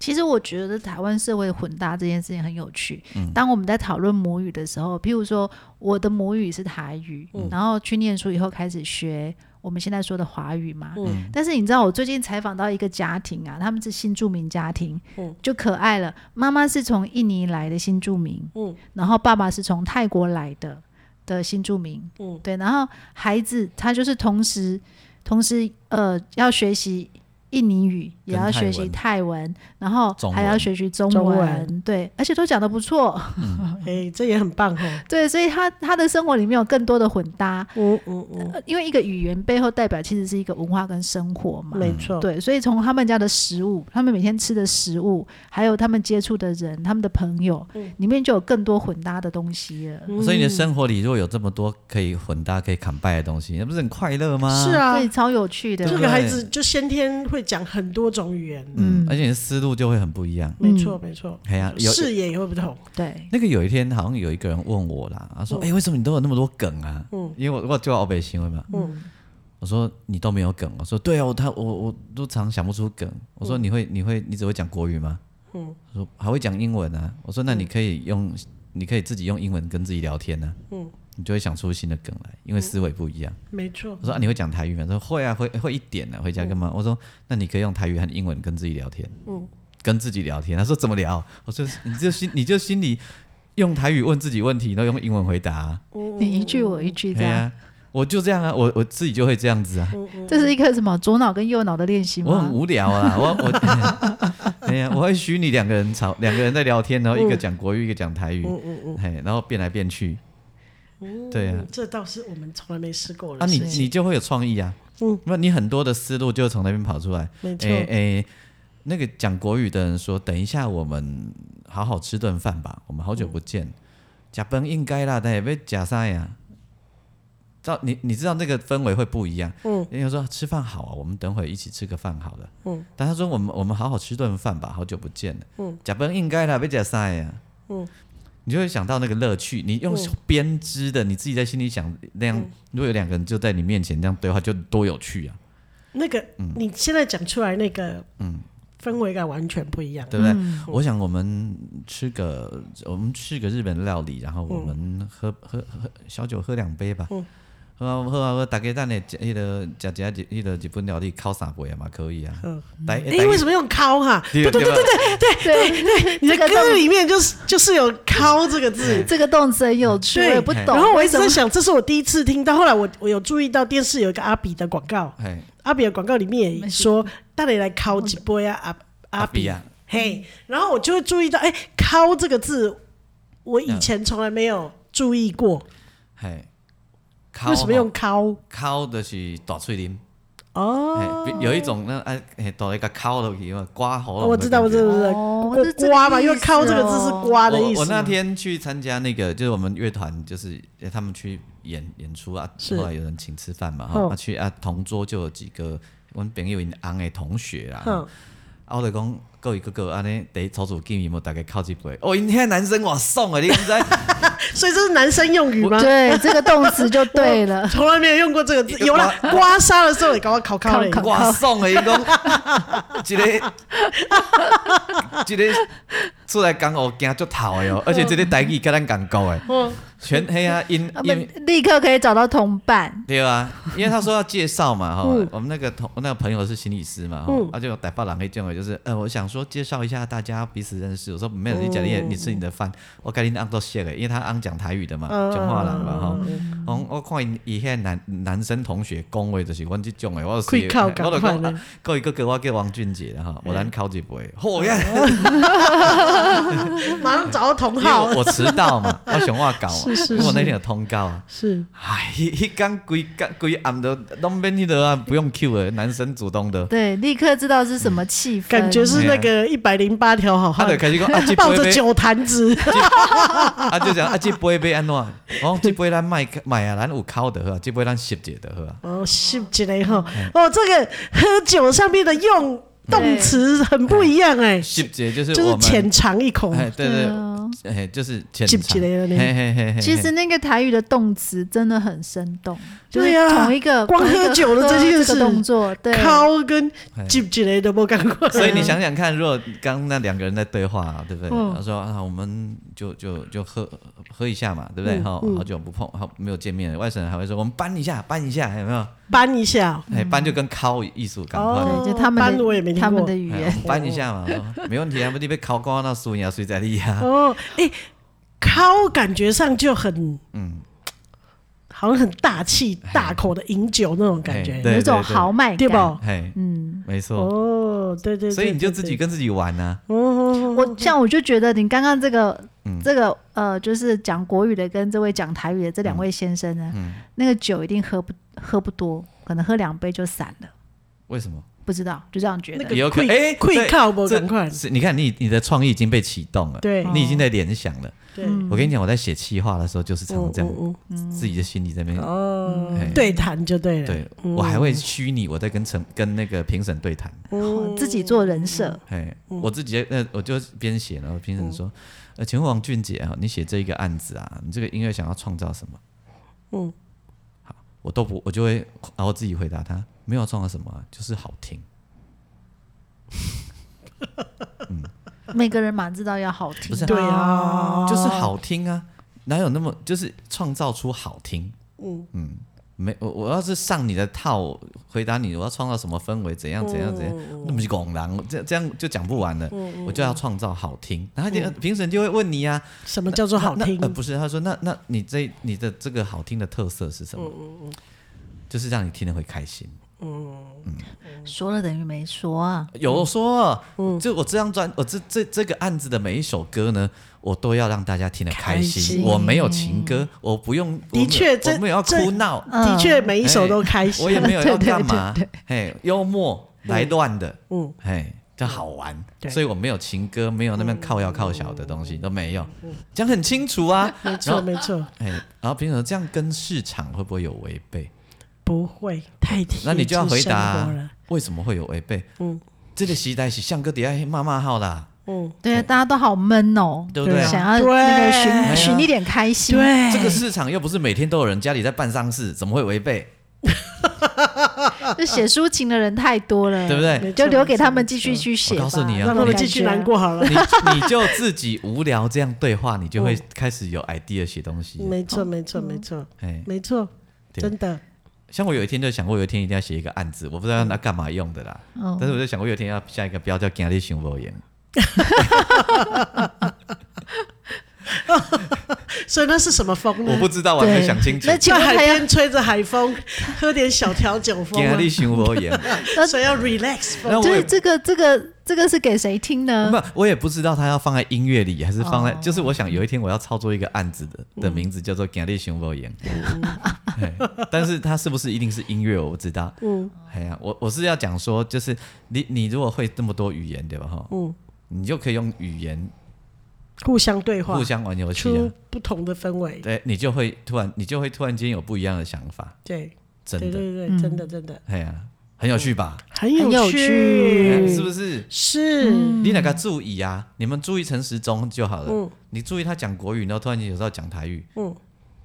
其实我觉得台湾社会混搭这件事情很有趣。嗯当我们在讨论母语的时候，譬如说我的母语是台语，嗯然后去念书以后开始学我们现在说的华语嘛。嗯嗯但是你知道，我最近采访到一个家庭啊，他们是新住民家庭，嗯就可爱了。妈妈是从印尼来的新住民，嗯然后爸爸是从泰国来的的新住民，嗯对，然后孩子他就是同时同时呃要学习印尼语，也跟要泰学习文泰文，然后中还要文学习中中文，文对，而且都讲得不错，哎，这也很棒哦。对，所以他他的生活里面有更多的混搭，嗯嗯 [LAUGHS] 嗯，呃因为一个语言背后代表其实是一个文化跟生活嘛，没嗯错。对，所以从他们家的食物，他们每天吃的食物，还有他们接触的人，他们的朋友，嗯里面就有更多混搭的东西了。所以你的生活里如果有这么多可以混搭、可以砍拜的东西，那不是很快乐吗？是啊所，以超有趣的嗯对这不。个孩对子就先天会讲很多种语言，嗯，而且你的思路就会很不一样。没错没错，哎呀，有视野也会不同。对，那个有一天好像有一个人问我啦，他说：“哎、为什么你都有那么多梗啊？”嗯，因为我我就要北行为嘛。嗯，我说你都没有梗，我说对啊，我他我我都常想不出梗。我说你会你会你只会讲国语吗？嗯，他说还会讲英文啊。我说那你可以用、你可以自己用英文跟自己聊天呢、啊。嗯，你就会想出新的梗来，因为思维不一样。没错我，说啊，你会讲台语吗？他说会啊，会会一点啊，回家干嘛？我说那你可以用台语和英文跟自己聊天。嗯，跟自己聊天。他说怎么聊？我说你就心你就心里用台语问自己问题，然后用英文回答、啊。嗯你一句我一句这对样，啊，我就这样啊，我我自己就会这样子啊。嗯这是一个什么左脑跟右脑的练习我很吗？无聊啊，我我哎呀，我会 [LAUGHS] 虚拟两个人吵，两个人在聊天，然后一个讲国语，一个讲台语，嘿，然后变来变去。对啊嗯，这倒是我们从来没试过啊了。你是你就会有创意啊，嗯，那你很多的思路就从那边跑出来。没错，诶诶，那个讲国语的人说，等一下我们好好吃顿饭吧，我们好久不见，假崩应该啦，但也被假啥呀？照你你知道那个氛围会不一样，嗯，人家说吃饭好啊，我们等会一起吃个饭好了，嗯，但他说我们我们好好吃顿饭吧，好久不见了，嗯，假崩应该啦，被假啥呀？嗯。你就会想到那个乐趣，你用编织的，你自己在心里想那样，如果有两个人就在你面前这样对话，就多有趣啊！那个、嗯你现在讲出来那个，氛围感完全不一样。对不对？嗯我想我们吃个我们吃个日本料理，然后我嗯们喝、喝喝小酒喝两杯吧。喝啊喝啊喝，大家咱的迄个食食日迄个日本料理烤三杯嘛可以啊。嗯，台哎、为什么用“敲”哈？对对对对， [LAUGHS] 对 [LAUGHS] 对，你的这个歌动里面就是就是有“敲”这个字。这个动词很有趣，我对也不懂然后我一为直什么在想，这是我第一次听到。后来我我有注意到电视有一个阿比的广告，哎，阿比的广告里面也说，大家来敲几波呀，阿阿比比啊，嘿，然后我就会注意到，哎、敲这个字，我以前从来没有注意过，嘿，为什么用吼敲？烤的是大喙啉？哦，嘿，有一种那哎嘿，大一个烤落去嘛，刮喉咙我的感觉。知道，我知道，我知哦道，是这刮刮个嘛，意因为思敲这个字是哦刮的意思。我我那天去参加那个，就是我们乐团，就是呃他们去演演出啊，是后来有人请吃饭嘛，嗯哈、啊去啊同桌就有几个我们朋友因翁的同学啊，哼，啊我就讲各一个个安尼第一组组见面，我大概靠几杯，哦，因遐男生哇送啊，你 [LAUGHS] 知道？所以这是男生用语吗？对这个动词就对了。从来没有用过这个字，有 [LAUGHS] 啦，刮痧的时候也搞我考考嘞。烤烤哇送的，伊讲 [LAUGHS] 一个 [LAUGHS] 一个出来讲哦，惊足头的哦，而且这个台语跟咱讲讲的，嗯，全黑啊因 [LAUGHS] 他因们立刻可以找到同伴，[LAUGHS] 对啊，因为他说要介绍嘛，哈、嗯我们那个同那个朋友是心理师嘛，哈、他就有逮发狼黑见我，就是，呃，我想说介绍一下大家彼此认识。我说没有，你讲你也你吃你的嗯饭，我赶紧按到谢了，因为他按讲台语的嘛，讲话人嘛，哈、嗯我我看以前男男生同学恭维就是阮这种的，我就是会靠我就赶讲，快嗯啊呢还有一个叫我叫王俊杰的哈，我咱考一 [LAUGHS] 杯，嚯呀！嗯马上找到同因为哦好我。我迟到嘛，我想我搞嘛， [LAUGHS] 是是因为我那是天有通告啊。是，唉，迄迄工规工规暗都拢免迄落啊，不用 Q 的，男生主动的，对，立刻知道是什么气氛，感觉是那个一百零八条好他就汉，开始讲啊，这抱杯着杯，酒坛子。啊就讲啊，这杯杯安怎？我讲这杯咱卖卖啊，咱有烤的好啊，这杯咱熟者的好啊。哦，是起来哈。嗯哦，这个喝酒上面的用动词很不一样哎，熟者就是就我是浅们，尝一口。哎对对对啊，哎就是浅熟者尝，的呢嘿嘿嘿嘿。其实嘿那个台语的动词真的很生动，就对是啊同一个光同一喝个酒的喝这这件个事动作，对，敲跟哎记起来都不赶快。所嗯以你想想看，如果刚那两个人在对话、对不对？嗯他说啊，我们就就就喝喝一下嘛，对嗯不对？哈、好久不碰，好没有见面了，外省人还会说我们搬一下，搬一下，有没有？ [LAUGHS] 搬一下，哎，搬就跟敲艺术感快。嗯哦对，就他们班我也没的听他们过的语言哎，我搬一下嘛，我说没问题啊，不你被烤光那输赢谁在啊厉害？哦，哎、敲感觉上就很，嗯，好像很大气、大口的饮酒那种感觉哎，对有一种豪迈对感。吧？嘿，嗯，没错，哦，对对对，所以你就自己跟自己玩啊，对，哦，我像我就觉得你刚刚这个嗯这个呃，就是讲国语的跟这位讲台语的这两位先生呢，嗯那个酒一定喝不喝不多，可能喝两杯就散了，为什么？不知道就这样觉那得。个有可溃哎溃对靠不这哦赶快，是你看你你的创意已经被启动了，对嗯你已经在联想了。对，我跟你讲，我在写企划的时候就是常常这样，嗯自己的心里在那边嗯哦哎，对嗯谈就对了，对我还会虚拟我在跟成跟那个评审对谈，哦自己做人 [LAUGHS] 设，哎，嗯我自己呃我就边写，然后评审说，呃，请问王俊杰啊，你写这一个案子啊，你这个音乐想要创造什么？嗯，好，我都不我就会然后自己回答他，没有创造什么啊，就是好听。每个人嘛知道要好听不，是对啊，就是好听啊，哪有那么就是创造出好听？嗯嗯，没我我要是上你的套回答你，我要创造什么氛围，怎样怎样怎嗯样，那么是拱狼，这这样就讲不完了。我就要创造好听，然后你嗯评审就会问你啊，什么叫做好那听呃，？不是，他说那那嗯你这你的这个好听的特色是什么？就是让你听了会开心。说了等于没说啊。嗯有说，就我这张专，我这这这个案子的每一首歌呢，我都要让大家听得开心。开心我没有情歌，我不用，我没的有确这我没有要这哭闹，的确每一首都开心哎我。也没有对要对干 [LAUGHS] 嘛，嘿，幽默来乱的，嗯嗯，嘿，就好玩，对嗯所以我没有情歌，没有那边靠要靠小的东西都没有，讲很清楚啊， [LAUGHS] 没错，没错，嘿，哎然后平常这样跟市场会不会有违背？不会太贴那你就要近回生答活啊了。为什么会有违背？嗯嗯，这个时代是像哥底下骂骂号啦，嗯，对啊，大家都好闷哦，对不对？想要那个对寻寻一点开心。对，这个市场又不是每天都有人家里在办丧事，怎么会违背？就写抒情的人太多了，对不对？没错就留给他们继续去写吧。我告诉你啊让他们继续难过好 [LAUGHS] 了。你你就自己无聊这样对话，你就会开始有 idea 写东西。没错，没错，没错，哎，没错，哦对真的，像我有一天就想过，有一天一定要写一个案子，我不知道那干嘛用的啦。嗯但是我就想过，有一天要下一个标叫“今日想无言所以那是什么”，风呢我？不知道，我对，还没想清楚那。请在问海他要边吹着海风，喝点小调酒今风啊，日想无言，所以要 relax 风。那我就也是这个这个这个是给谁听呢？呃不，我也不知道他要放在音乐里，还是哦放在……就是我想有一天我要操作一个案子的嗯的名字叫做“今日想无言”， [LAUGHS] 嘿但是它是不是一定是音乐，我不知道。嗯哎呀，我我是要讲说，就是你你如果会这么多语言，对吧？哈，嗯，你就可以用语言互相对话，互相玩游戏出啊，不同的氛围。对你就会突然你就会突然间有不一样的想法，对，真对对的，对，真的真的哎呀，很有趣吧？很很有趣，哎是不是？是嗯你哪个注意啊？你们注意陈时中就好了。嗯你注意他讲国语，然后突然间有时候讲台语，嗯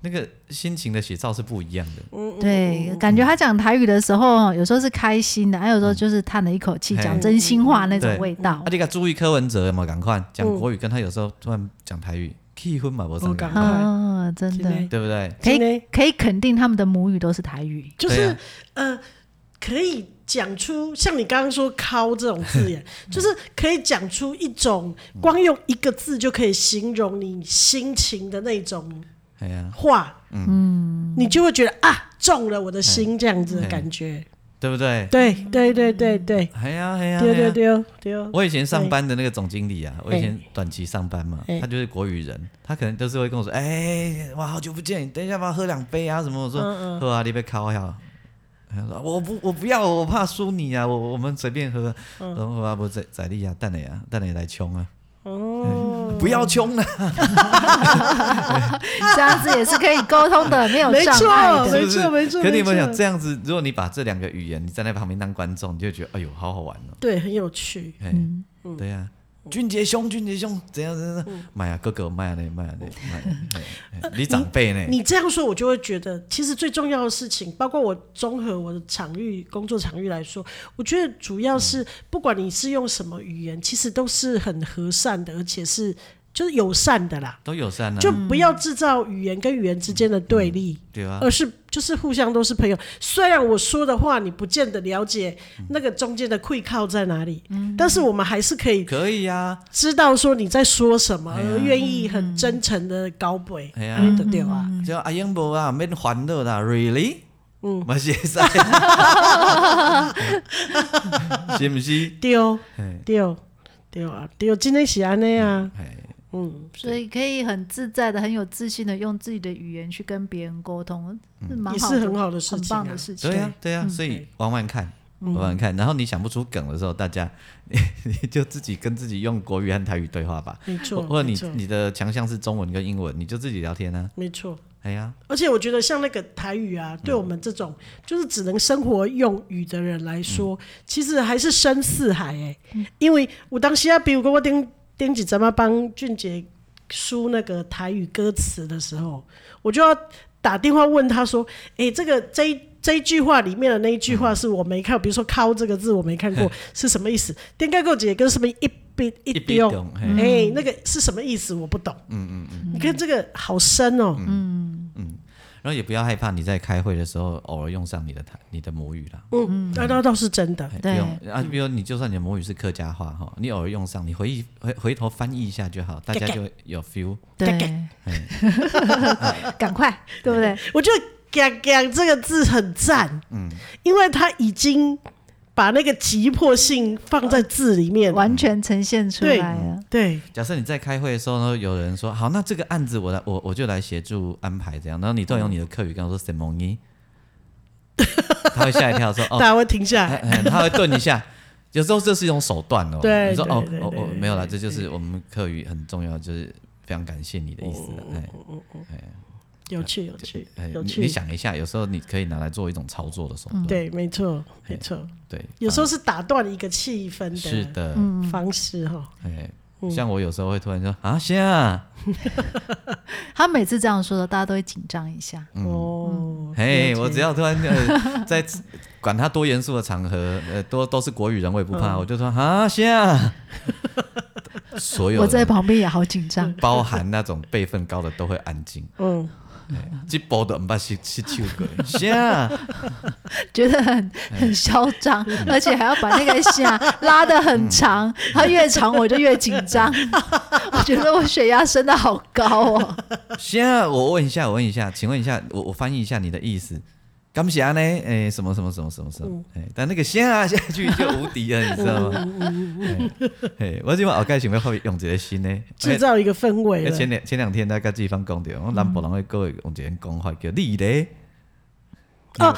那个心情的写照是不一样的。对，感觉他讲台语的时候，有时候是开心的，还有时候就是叹了一口气，嗯讲真心话那种对味道啊，。你个注意柯文哲有没有？赶快讲国语，跟他有时候突然讲台语，气氛嘛，不是无同款嗯，真今天的，对不对？可今以天可以肯定他们的母语都是台 [LAUGHS] 语。就是、对啊呃，可以讲出像你刚刚说“敲”这种字 [LAUGHS] 眼，就是可以讲出一种光用一个字就可以形容你心情的那种哎呀、话，嗯，你就会觉得啊，中了我的心这样子的感觉。对不对？对对对对对，啊哎呀哎呀，丢哎丢呀丢丢，我以前上班的那个总经理啊，我以前短期上班嘛哎，他就是国语人，他可能都是会跟我说：“哎，哇，好久不见，等一下吧，喝两杯啊什么。”我说：“嗯喝啊，你被敲呀。”他说：“我不，我不要，我怕输你啊，我我们随便喝。”嗯然后啊，不在在利啊，蛋磊啊，蛋磊来冲啊，哦， [LAUGHS] 不要冲啊，这样子也是可以沟通 [LAUGHS] 的，没有没障碍错，的。 [LAUGHS] 没是不是错，没错。可你有没有没想错这样子？如果你把这两个语言，你站在旁边当观众，你就会觉得哎呦，好好玩哦。对，很有趣。哎，嗯对呀、俊杰兄，俊杰兄，怎样怎样？怎样买啊，哥哥买啊嘞，买啊嘞，嗯买啊嘞嘿嘿你长辈呢？你这样说，我就会觉得，其实最重要的事情，包括我综合我的场域、工作场域来说，我觉得主要嗯是，不管你是用什么语言，其实都是很和善的，而且是就是友善的啦，都友善啊，就不要制造语言跟语言之间的对立。对啊，而是就是互相都是朋友，虽然我说的话你不见得了解嗯那个中间的溃靠在哪里，但是我们还是可以可以啊，知道说你在说什么，哎呀而愿意很真诚的高背，哎呀对的对吧？叫阿英伯啊，免烦恼啦，really，嗯，嘛是会使， [LAUGHS] 是不是？丢嘿丢丢啊丢，今天是安尼啊，嘿嗯，所以可以很自在的、很有自信的用自己的语言去跟别人沟通，是蛮也嗯好是的很好的事很情棒啊的。事情。嗯对呀，对呀，所以玩玩看。嗯玩玩看，然后你想不出梗的时候，大家 [LAUGHS] 你你就自己跟自己用国语和台语对话吧，没错，或者没你错，你的强项是中文跟英文，你就自己聊天啊。没错。哎呀，而且我觉得像那个台语啊，对我们这种就是只能生活用语的人来说，其实还是深似海哎、因为我当时啊，比如说我顶顶几咱们帮俊杰输那个台语歌词的时候，我就要打电话问他说：“哎、这个这一这一句话里面的那一句话是我没看，比如说‘敲’这个字我没看过是什么意思？顶盖过姐跟什么一笔嗯一一丢笔？懂，嘿哎、那个是什么意思？我不懂。嗯嗯嗯，你看这个好深哦、然后也不要害怕你在开会的时候偶尔用上你的台你的母语啦，嗯，那那倒是真的。嘿不对用啊，比如你就算你的母语是客家话哈，你偶尔用上，你回忆回回头翻译一下就好，大家就有 feel。对哎 [LAUGHS] 对，赶快，对不对？我觉得 “gang gang” 这个字很赞，嗯，因为它已经把那个急迫性放在字里哦面，完全呈现出对来啊了。对，假设你在开会的时候呢，有人说好，那这个案子我来，我我就来协助安排这样，然后你都用你的客语跟我说什么呢？ [LAUGHS] 他会吓一 [LAUGHS] 跳说大哦，家会停下哎来，哎他会顿一下。有时候这是一种手段哦。对你说哦对对哦对哦，对没有啦，对这就是我们客语很重要，就是非常感谢你的意思哦了。哎有趣，有趣哎，，有你你趣。想一下，有时候你可以拿来做一种操作的手段。对，没错，没错，对，有时候啊是打断一个气氛哎是的嗯的，方式哈。哎，像我有时候会突然说啊，先啊，他每次这样说的，大家都会紧张一下。嗯哦，嘿，了解我只要突然 [LAUGHS] 呃在管他多严肃的场合，呃，都都是国语人，我也不嗯怕，我就说啊，[LAUGHS] 先啊，所有我在人旁边也好紧张。包含那种辈分高的都会安静，嗯，这波的唔怕是 [LAUGHS] 是秋鬼，先啊，觉得很很嚣张，嗯而且还要把那个线啊拉得很长，它越长我就越紧张。我觉得我血压升得好高哦。先啊，我问一下，我问一下，请问一下，我我翻译一下你的意思。感谢呢，哎、什么什么什么什么什么，哎、但那个先啊下去就无敌了，你知道吗？ [LAUGHS] 哎、嘿我今晚后盖想要会用一个新呢，制造一个氛围欸、前了。两前两天在甲志芳讲着，我南部人会各用一个讲法叫你咧，哦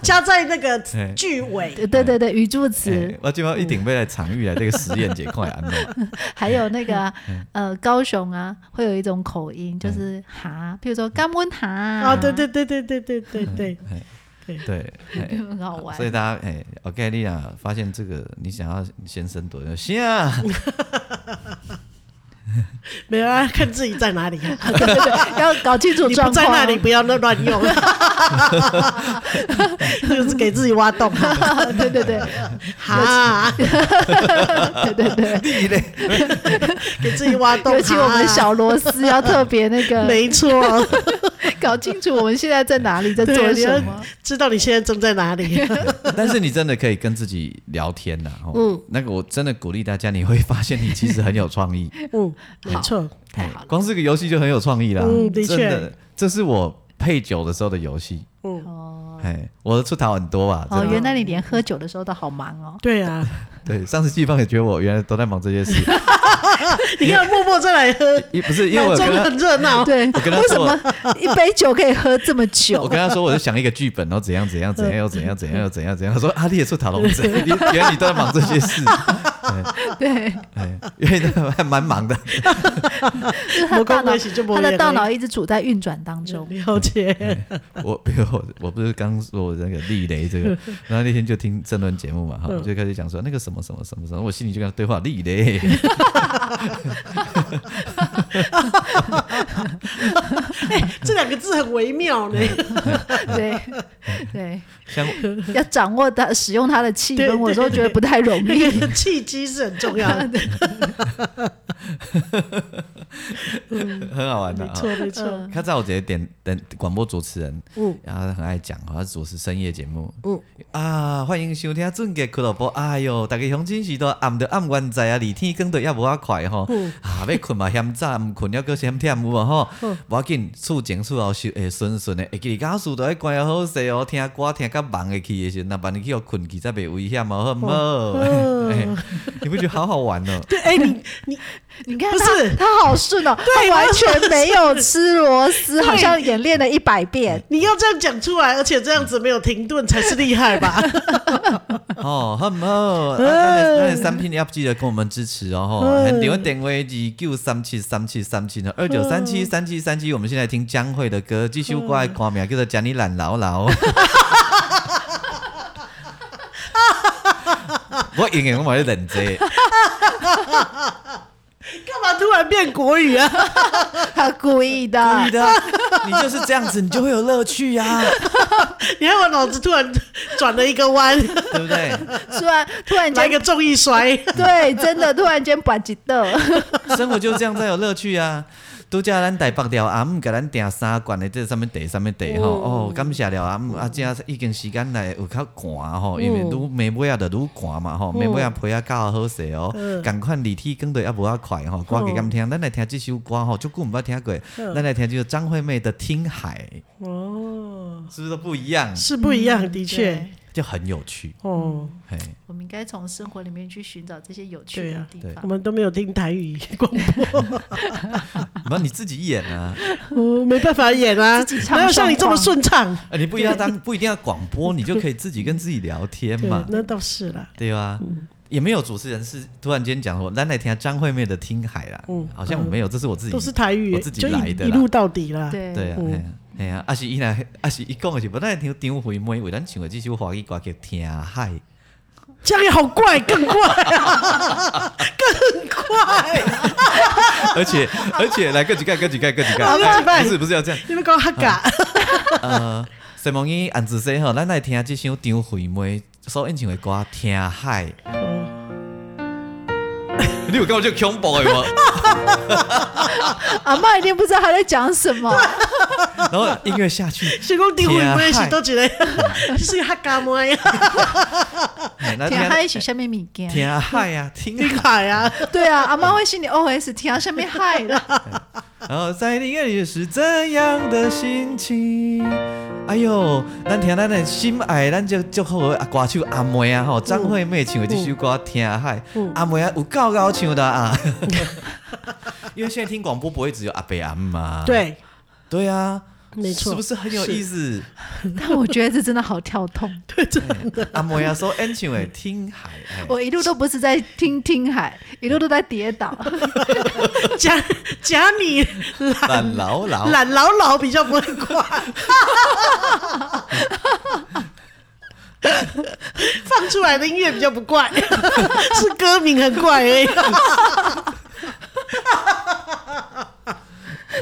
加在那个哎句尾，对对对对，语助词哎欸，我即摆一定要来场域来这个实验解看安怎？还有那个嗯呃高雄啊，会有一种口音，就是哈，譬如说干温哈啊，对，对对对对对对对， [LAUGHS] 嗯对，欸很好玩 [LAUGHS] 所。以大家哎、欸、，OK，你啊，发现这个你想要先深度，就行啊， [LAUGHS] 没有啊，看自己在哪里啊，对对对，要搞 [LAUGHS] 清楚你不状在况。哦啊那里不要乱乱用，就是给自己挖洞啊。对对对哈，对对 [LAUGHS] 对，你咧，给自己挖洞。尤其我们哈，小螺丝要特别那个 [LAUGHS] 没错，搞清楚我们现在在哪里，在做对，你什要么。知道你现在正在哪里。但是你真的可以跟自己聊天呐、啊，嗯，那个我真的鼓励大家，你会发现你其实很有创意，嗯，没错，太好了，光是个游戏就很有创意啦，嗯的真确的，这是我配酒的时候的游戏，嗯哦哎、我的出逃很多啊吧，真的哦，原来你连喝酒的时候都好忙哦。对啊，对，上次季芳也觉得我原来都在忙这些事，你看默默在来喝，也不是因为脑我中跟他，很热闹。对，我跟他为什说么一杯酒可以喝这么我久？跟他说，我就想一个剧本，然后怎样怎样怎样又怎样怎样又怎样怎样。他说啊，你也出塔龙子，你原来你都在忙这些事，对，哎，因为他还蛮忙的。就是他的没大脑关系就，没他的有大脑一直处在运转当 [LAUGHS] 中。了解， [LAUGHS] 我比如我我不是刚说我那个地雷这个， [LAUGHS] 然后那天就听争论节目嘛，嗯哈，我就开始讲说那个什么什么什么什么，我心里就跟他对话 [LAUGHS] 地雷，这两个字很微妙呢。对，对，像 [LAUGHS] 要掌握它，使用它的气对氛，我都觉得不太容易。那个 [LAUGHS] 契机是很重要的，很好玩的没啊。错没错。嗯他在我姐点点广播主持人，嗯然后他很爱讲，好像主持深夜节目，嗯啊，欢迎收听俊杰俱乐部。哎哟，大家相亲时都暗到暗冤在啊，离天光都也无啊快吼。嗯啊，要困嘛嫌早，毋困了搁嫌忝有无吼？嗯无要紧，厝前厝后是会顺顺的，会记家属都爱关啊好势哦，听歌听甲忙的去的时候，若万一去互困去，则袂危险哦，好毋好？嗯， [LAUGHS] 你不觉得好好玩 [LAUGHS] 哦？对，哎，你你你看不是他，他好顺哦，他完全没有吃螺丝，对好像演练了一百遍。 [LAUGHS] 你要这样讲出来，而且这样子没有停顿才是厉害吧？ [LAUGHS] [LAUGHS] 哦，好唔好？啊，咱的咱的三品 App 记得跟我们支持哦吼。很点点位二九三七三七三七呢，二九三七三七三七。我们现在听江蕙的歌，继续过来歌名叫做《将你懒牢牢》。我永远我嘛在认真，干嘛突然变国语啊？他故意的你，的，你就是这样子，你就会有乐趣呀、 [LAUGHS] 你看我脑子突然转了一个 [LAUGHS] 弯，对不对？突然突然来间个，重一摔。对，真的突然间把几豆。 [LAUGHS] 生活就是这样才有乐趣啊。拄则咱台北了阿姆甲咱订三罐的这什物茶什物茶吼，哦，感谢了阿姆，啊，这已经时间来有较寒哦吼，因为愈暝尾啊，着愈寒嘛吼，暝尾啊皮啊较好势哦，嗯共款离体更对啊无啊快哦吼，歌给敢听，咱来听这首歌吼，足久毋捌听过，嗯咱来听这个张惠妹的《听海》，哦，是不是都不一 [LAUGHS] 样？是不一样，的确对，就很有趣，哦，嘿，我们应该从生活里面去寻找这些有对趣的啊地对我方。们都没有听台语 [LAUGHS] 广然后你自己演 [LAUGHS] 啊，播，我没办法演啊自己，唱哪有像你这么顺畅？啊你不一定要当不一定要广播，你就可以自己跟自己聊天对嘛，，那倒是啦。对吧？嗯也没有主持人是突然间讲说，咱来听张惠妹的《听海》啦，好像我没有，这是我自己，嗯都是台语，我自己就来一的一啦路到底啦。对对啊，嗯嘿啊嘿啊，啊是伊来，啊是伊讲的是，本来听张惠妹为咱唱的这首华语歌叫《听海》，这样也好怪，更 [LAUGHS] 怪啊，更怪！而且 [LAUGHS] 而且来各几盖各几盖各几盖，好拜拜哎不是不是要这样， [LAUGHS] 你们讲哈嘎，呃，西蒙伊安子说吼，咱来听这首张惠妹所演唱的歌《听海》，嗯啊你有感觉就恐怖的无？ [LAUGHS] 阿妈一定不知道他在讲什么，然后音乐下去，是讲订婚关系都一个 [LAUGHS] 是哈嘎妹 [LAUGHS] 啊，嘿咱听他一起下面物件。听海啊，听你海啊，对啊，阿妈会心里 OS 听到下面嗨了，然后在你眼里是怎样的心情？哎呦，咱听咱的心爱，咱就祝好的歌手阿妹啊吼，张惠妹唱的这首歌《听海》，阿妹啊有够高唱的啊！嗯 [LAUGHS] 因为现在听广播不会只有阿伯阿妈， [LAUGHS] 对，对啊，没错是不是很有意思？但我觉得这真的好跳痛。阿妹啊说演唱的《听海》 [LAUGHS] 哎，我一路都不是在听听海，一路都在跌倒。讲讲你懒牢牢，懒老老比较不会怪， [LAUGHS] 放出来的音乐比较不怪，是歌名很怪而已。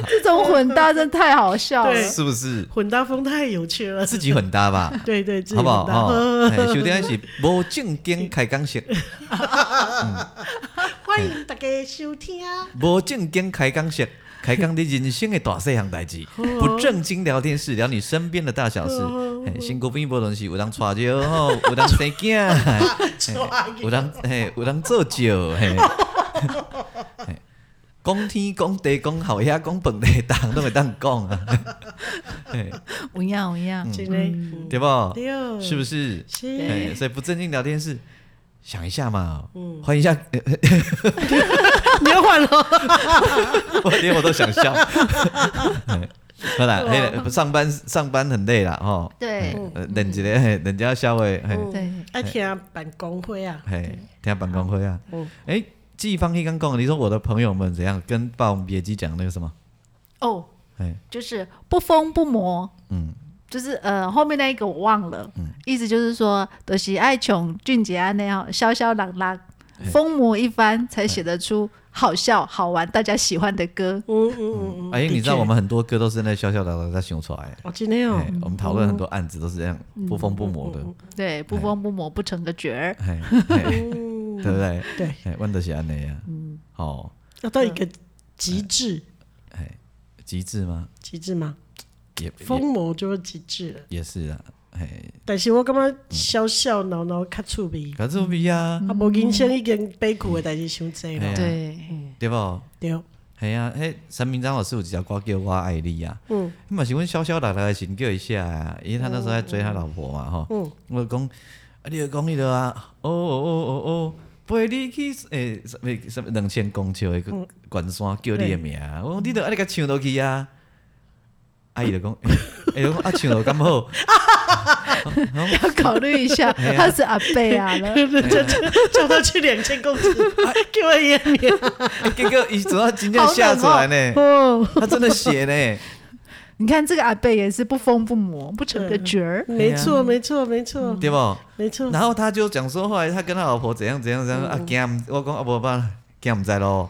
这种混搭真的太好笑了对。是不是？混搭风太有趣了，自己很搭吧？对对， [LAUGHS] 自己好不好？混搭哦，哎首先是无正经开讲式。 [LAUGHS] 欢哎迎大家收听啊。无正经开讲式， [LAUGHS] 开讲你人生的大细项代志，不正经聊天室聊你身边的大小事。嘿，身躯边无论是有人娶着 [LAUGHS] 吼，有人生囝，嘿有人嘿，有人做酒嘿。嘿讲天讲地讲好呀，讲本地 [LAUGHS] 党都会当讲啊，嘿无恙无恙，真的，嗯对不？对是不是？是嘿所以不正经聊天室，想一下嘛，换一下， [LAUGHS] 你要换了， [LAUGHS] 我连我都 [LAUGHS] 想笑。好啦，嘿啦上班上班很累啦，吼。对嘿，呃忍一下，嘿人家稍微嘿，嗯对，爱哎听办公会啊，嘿，听办公会啊嗯。哎，季芳刚刚讲的，你说我的朋友们怎样跟《霸王别姬》讲那个什么？哦，哎，就是不疯不魔，嗯，就是呃后面那一个我忘了，意思就是说，都、就是爱琼俊杰安那样潇潇朗朗，疯魔一番才写得出好笑好玩大家喜欢的歌。嗯嗯嗯嗯，哎，你知道的确我们很多歌都是那笑笑朗朗在想出来的。哦，今天哦嘿，我们讨论很多案子都是这样嗯不疯不魔的，对，不疯不魔不成个角儿。嘿，嘿嗯，对不对？对，嗯嘿，问的是安尼啊，哦，要到一个极致，嘿，极致吗？极致吗？也也疯魔就是极致了。也是啊，嘿，但是我感觉嗯笑笑挠挠较趣味，可是不一啊，嗯啊，无人生已经悲苦的代志伤济嘿了啊，对，对不？对，系啊，迄陈明章老师有一条歌叫《我爱你》啊，嗯那嘛是阮小小大大的神叫一下啊，因为他那时候在追他老婆嘛吼，嗯，我就讲，啊，你就讲迄个啊，哦哦哦哦，陪你去诶，什么什么两千公尺的嗯悬山叫你的名，我讲你著安尼甲唱落去啊，啊伊就讲， [LAUGHS] 哎，伊就讲啊唱落咁好， [LAUGHS] 要考虑一下，哎呀他是阿贝 [LAUGHS] 啊了。叫他去两千 [LAUGHS] 公尺，给我一年，哎结果 [LAUGHS] 伊主要真正写出来呢，哦，他真的写呢，你看这个阿贝也是不疯不魔，不成个角儿。没错没错没错对不？没嗯错，然后他就讲说，后来他跟他老婆怎样怎样怎样啊，惊我讲啊，无办法，惊唔知咯。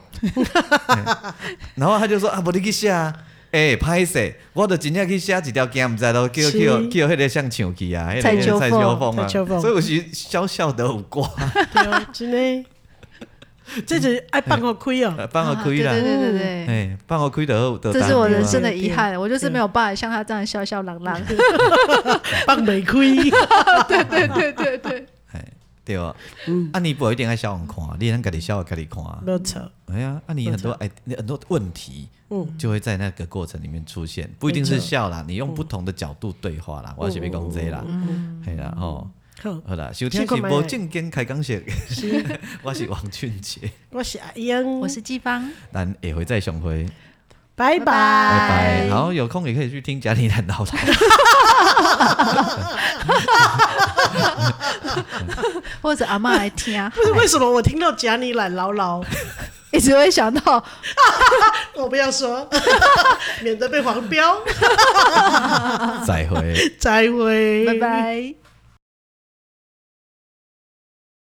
然后他就说啊，无你去写啊，哎，歹势，我就真正去写一条惊唔知咯，叫是叫叫迄个像唱去啊，迄蔡秋个凤蔡秋凤蔡秋啊，凤 [LAUGHS] 所以有时笑笑得有挂，哦对，真的，这是爱放互开哦。呃嗯放我开啊对啦，对对对对。哎，放我开就好，就这是当我对啊人生的对遗憾，我就是没有办法像他这样笑笑朗 [LAUGHS] 朗。放袂开，对对对对对，对啊，嗯啊，你不一定爱笑人看，你能家己笑给家己看啊。没错，哎呀，那、你很多哎，你很多问题，嗯，就会在那个过程里面出现，不一定是笑啦，你嗯用不同的角度对话啦， [LAUGHS] 我是要讲这啦，嗯嘿啦吼，好，好啦，收嗯听是试看看无正经开讲式， [LAUGHS] 我是王俊杰，我是阿英，我是季芳，咱下回再相会，拜拜拜。拜拜。然后有空也可以去听家里人老来，或者阿妈来听啊，不是为什么我听到贾你懒牢牢，一直会想到我不要说， [LAUGHS] 免得被黄标。 [LAUGHS] 再会。再会，拜。拜。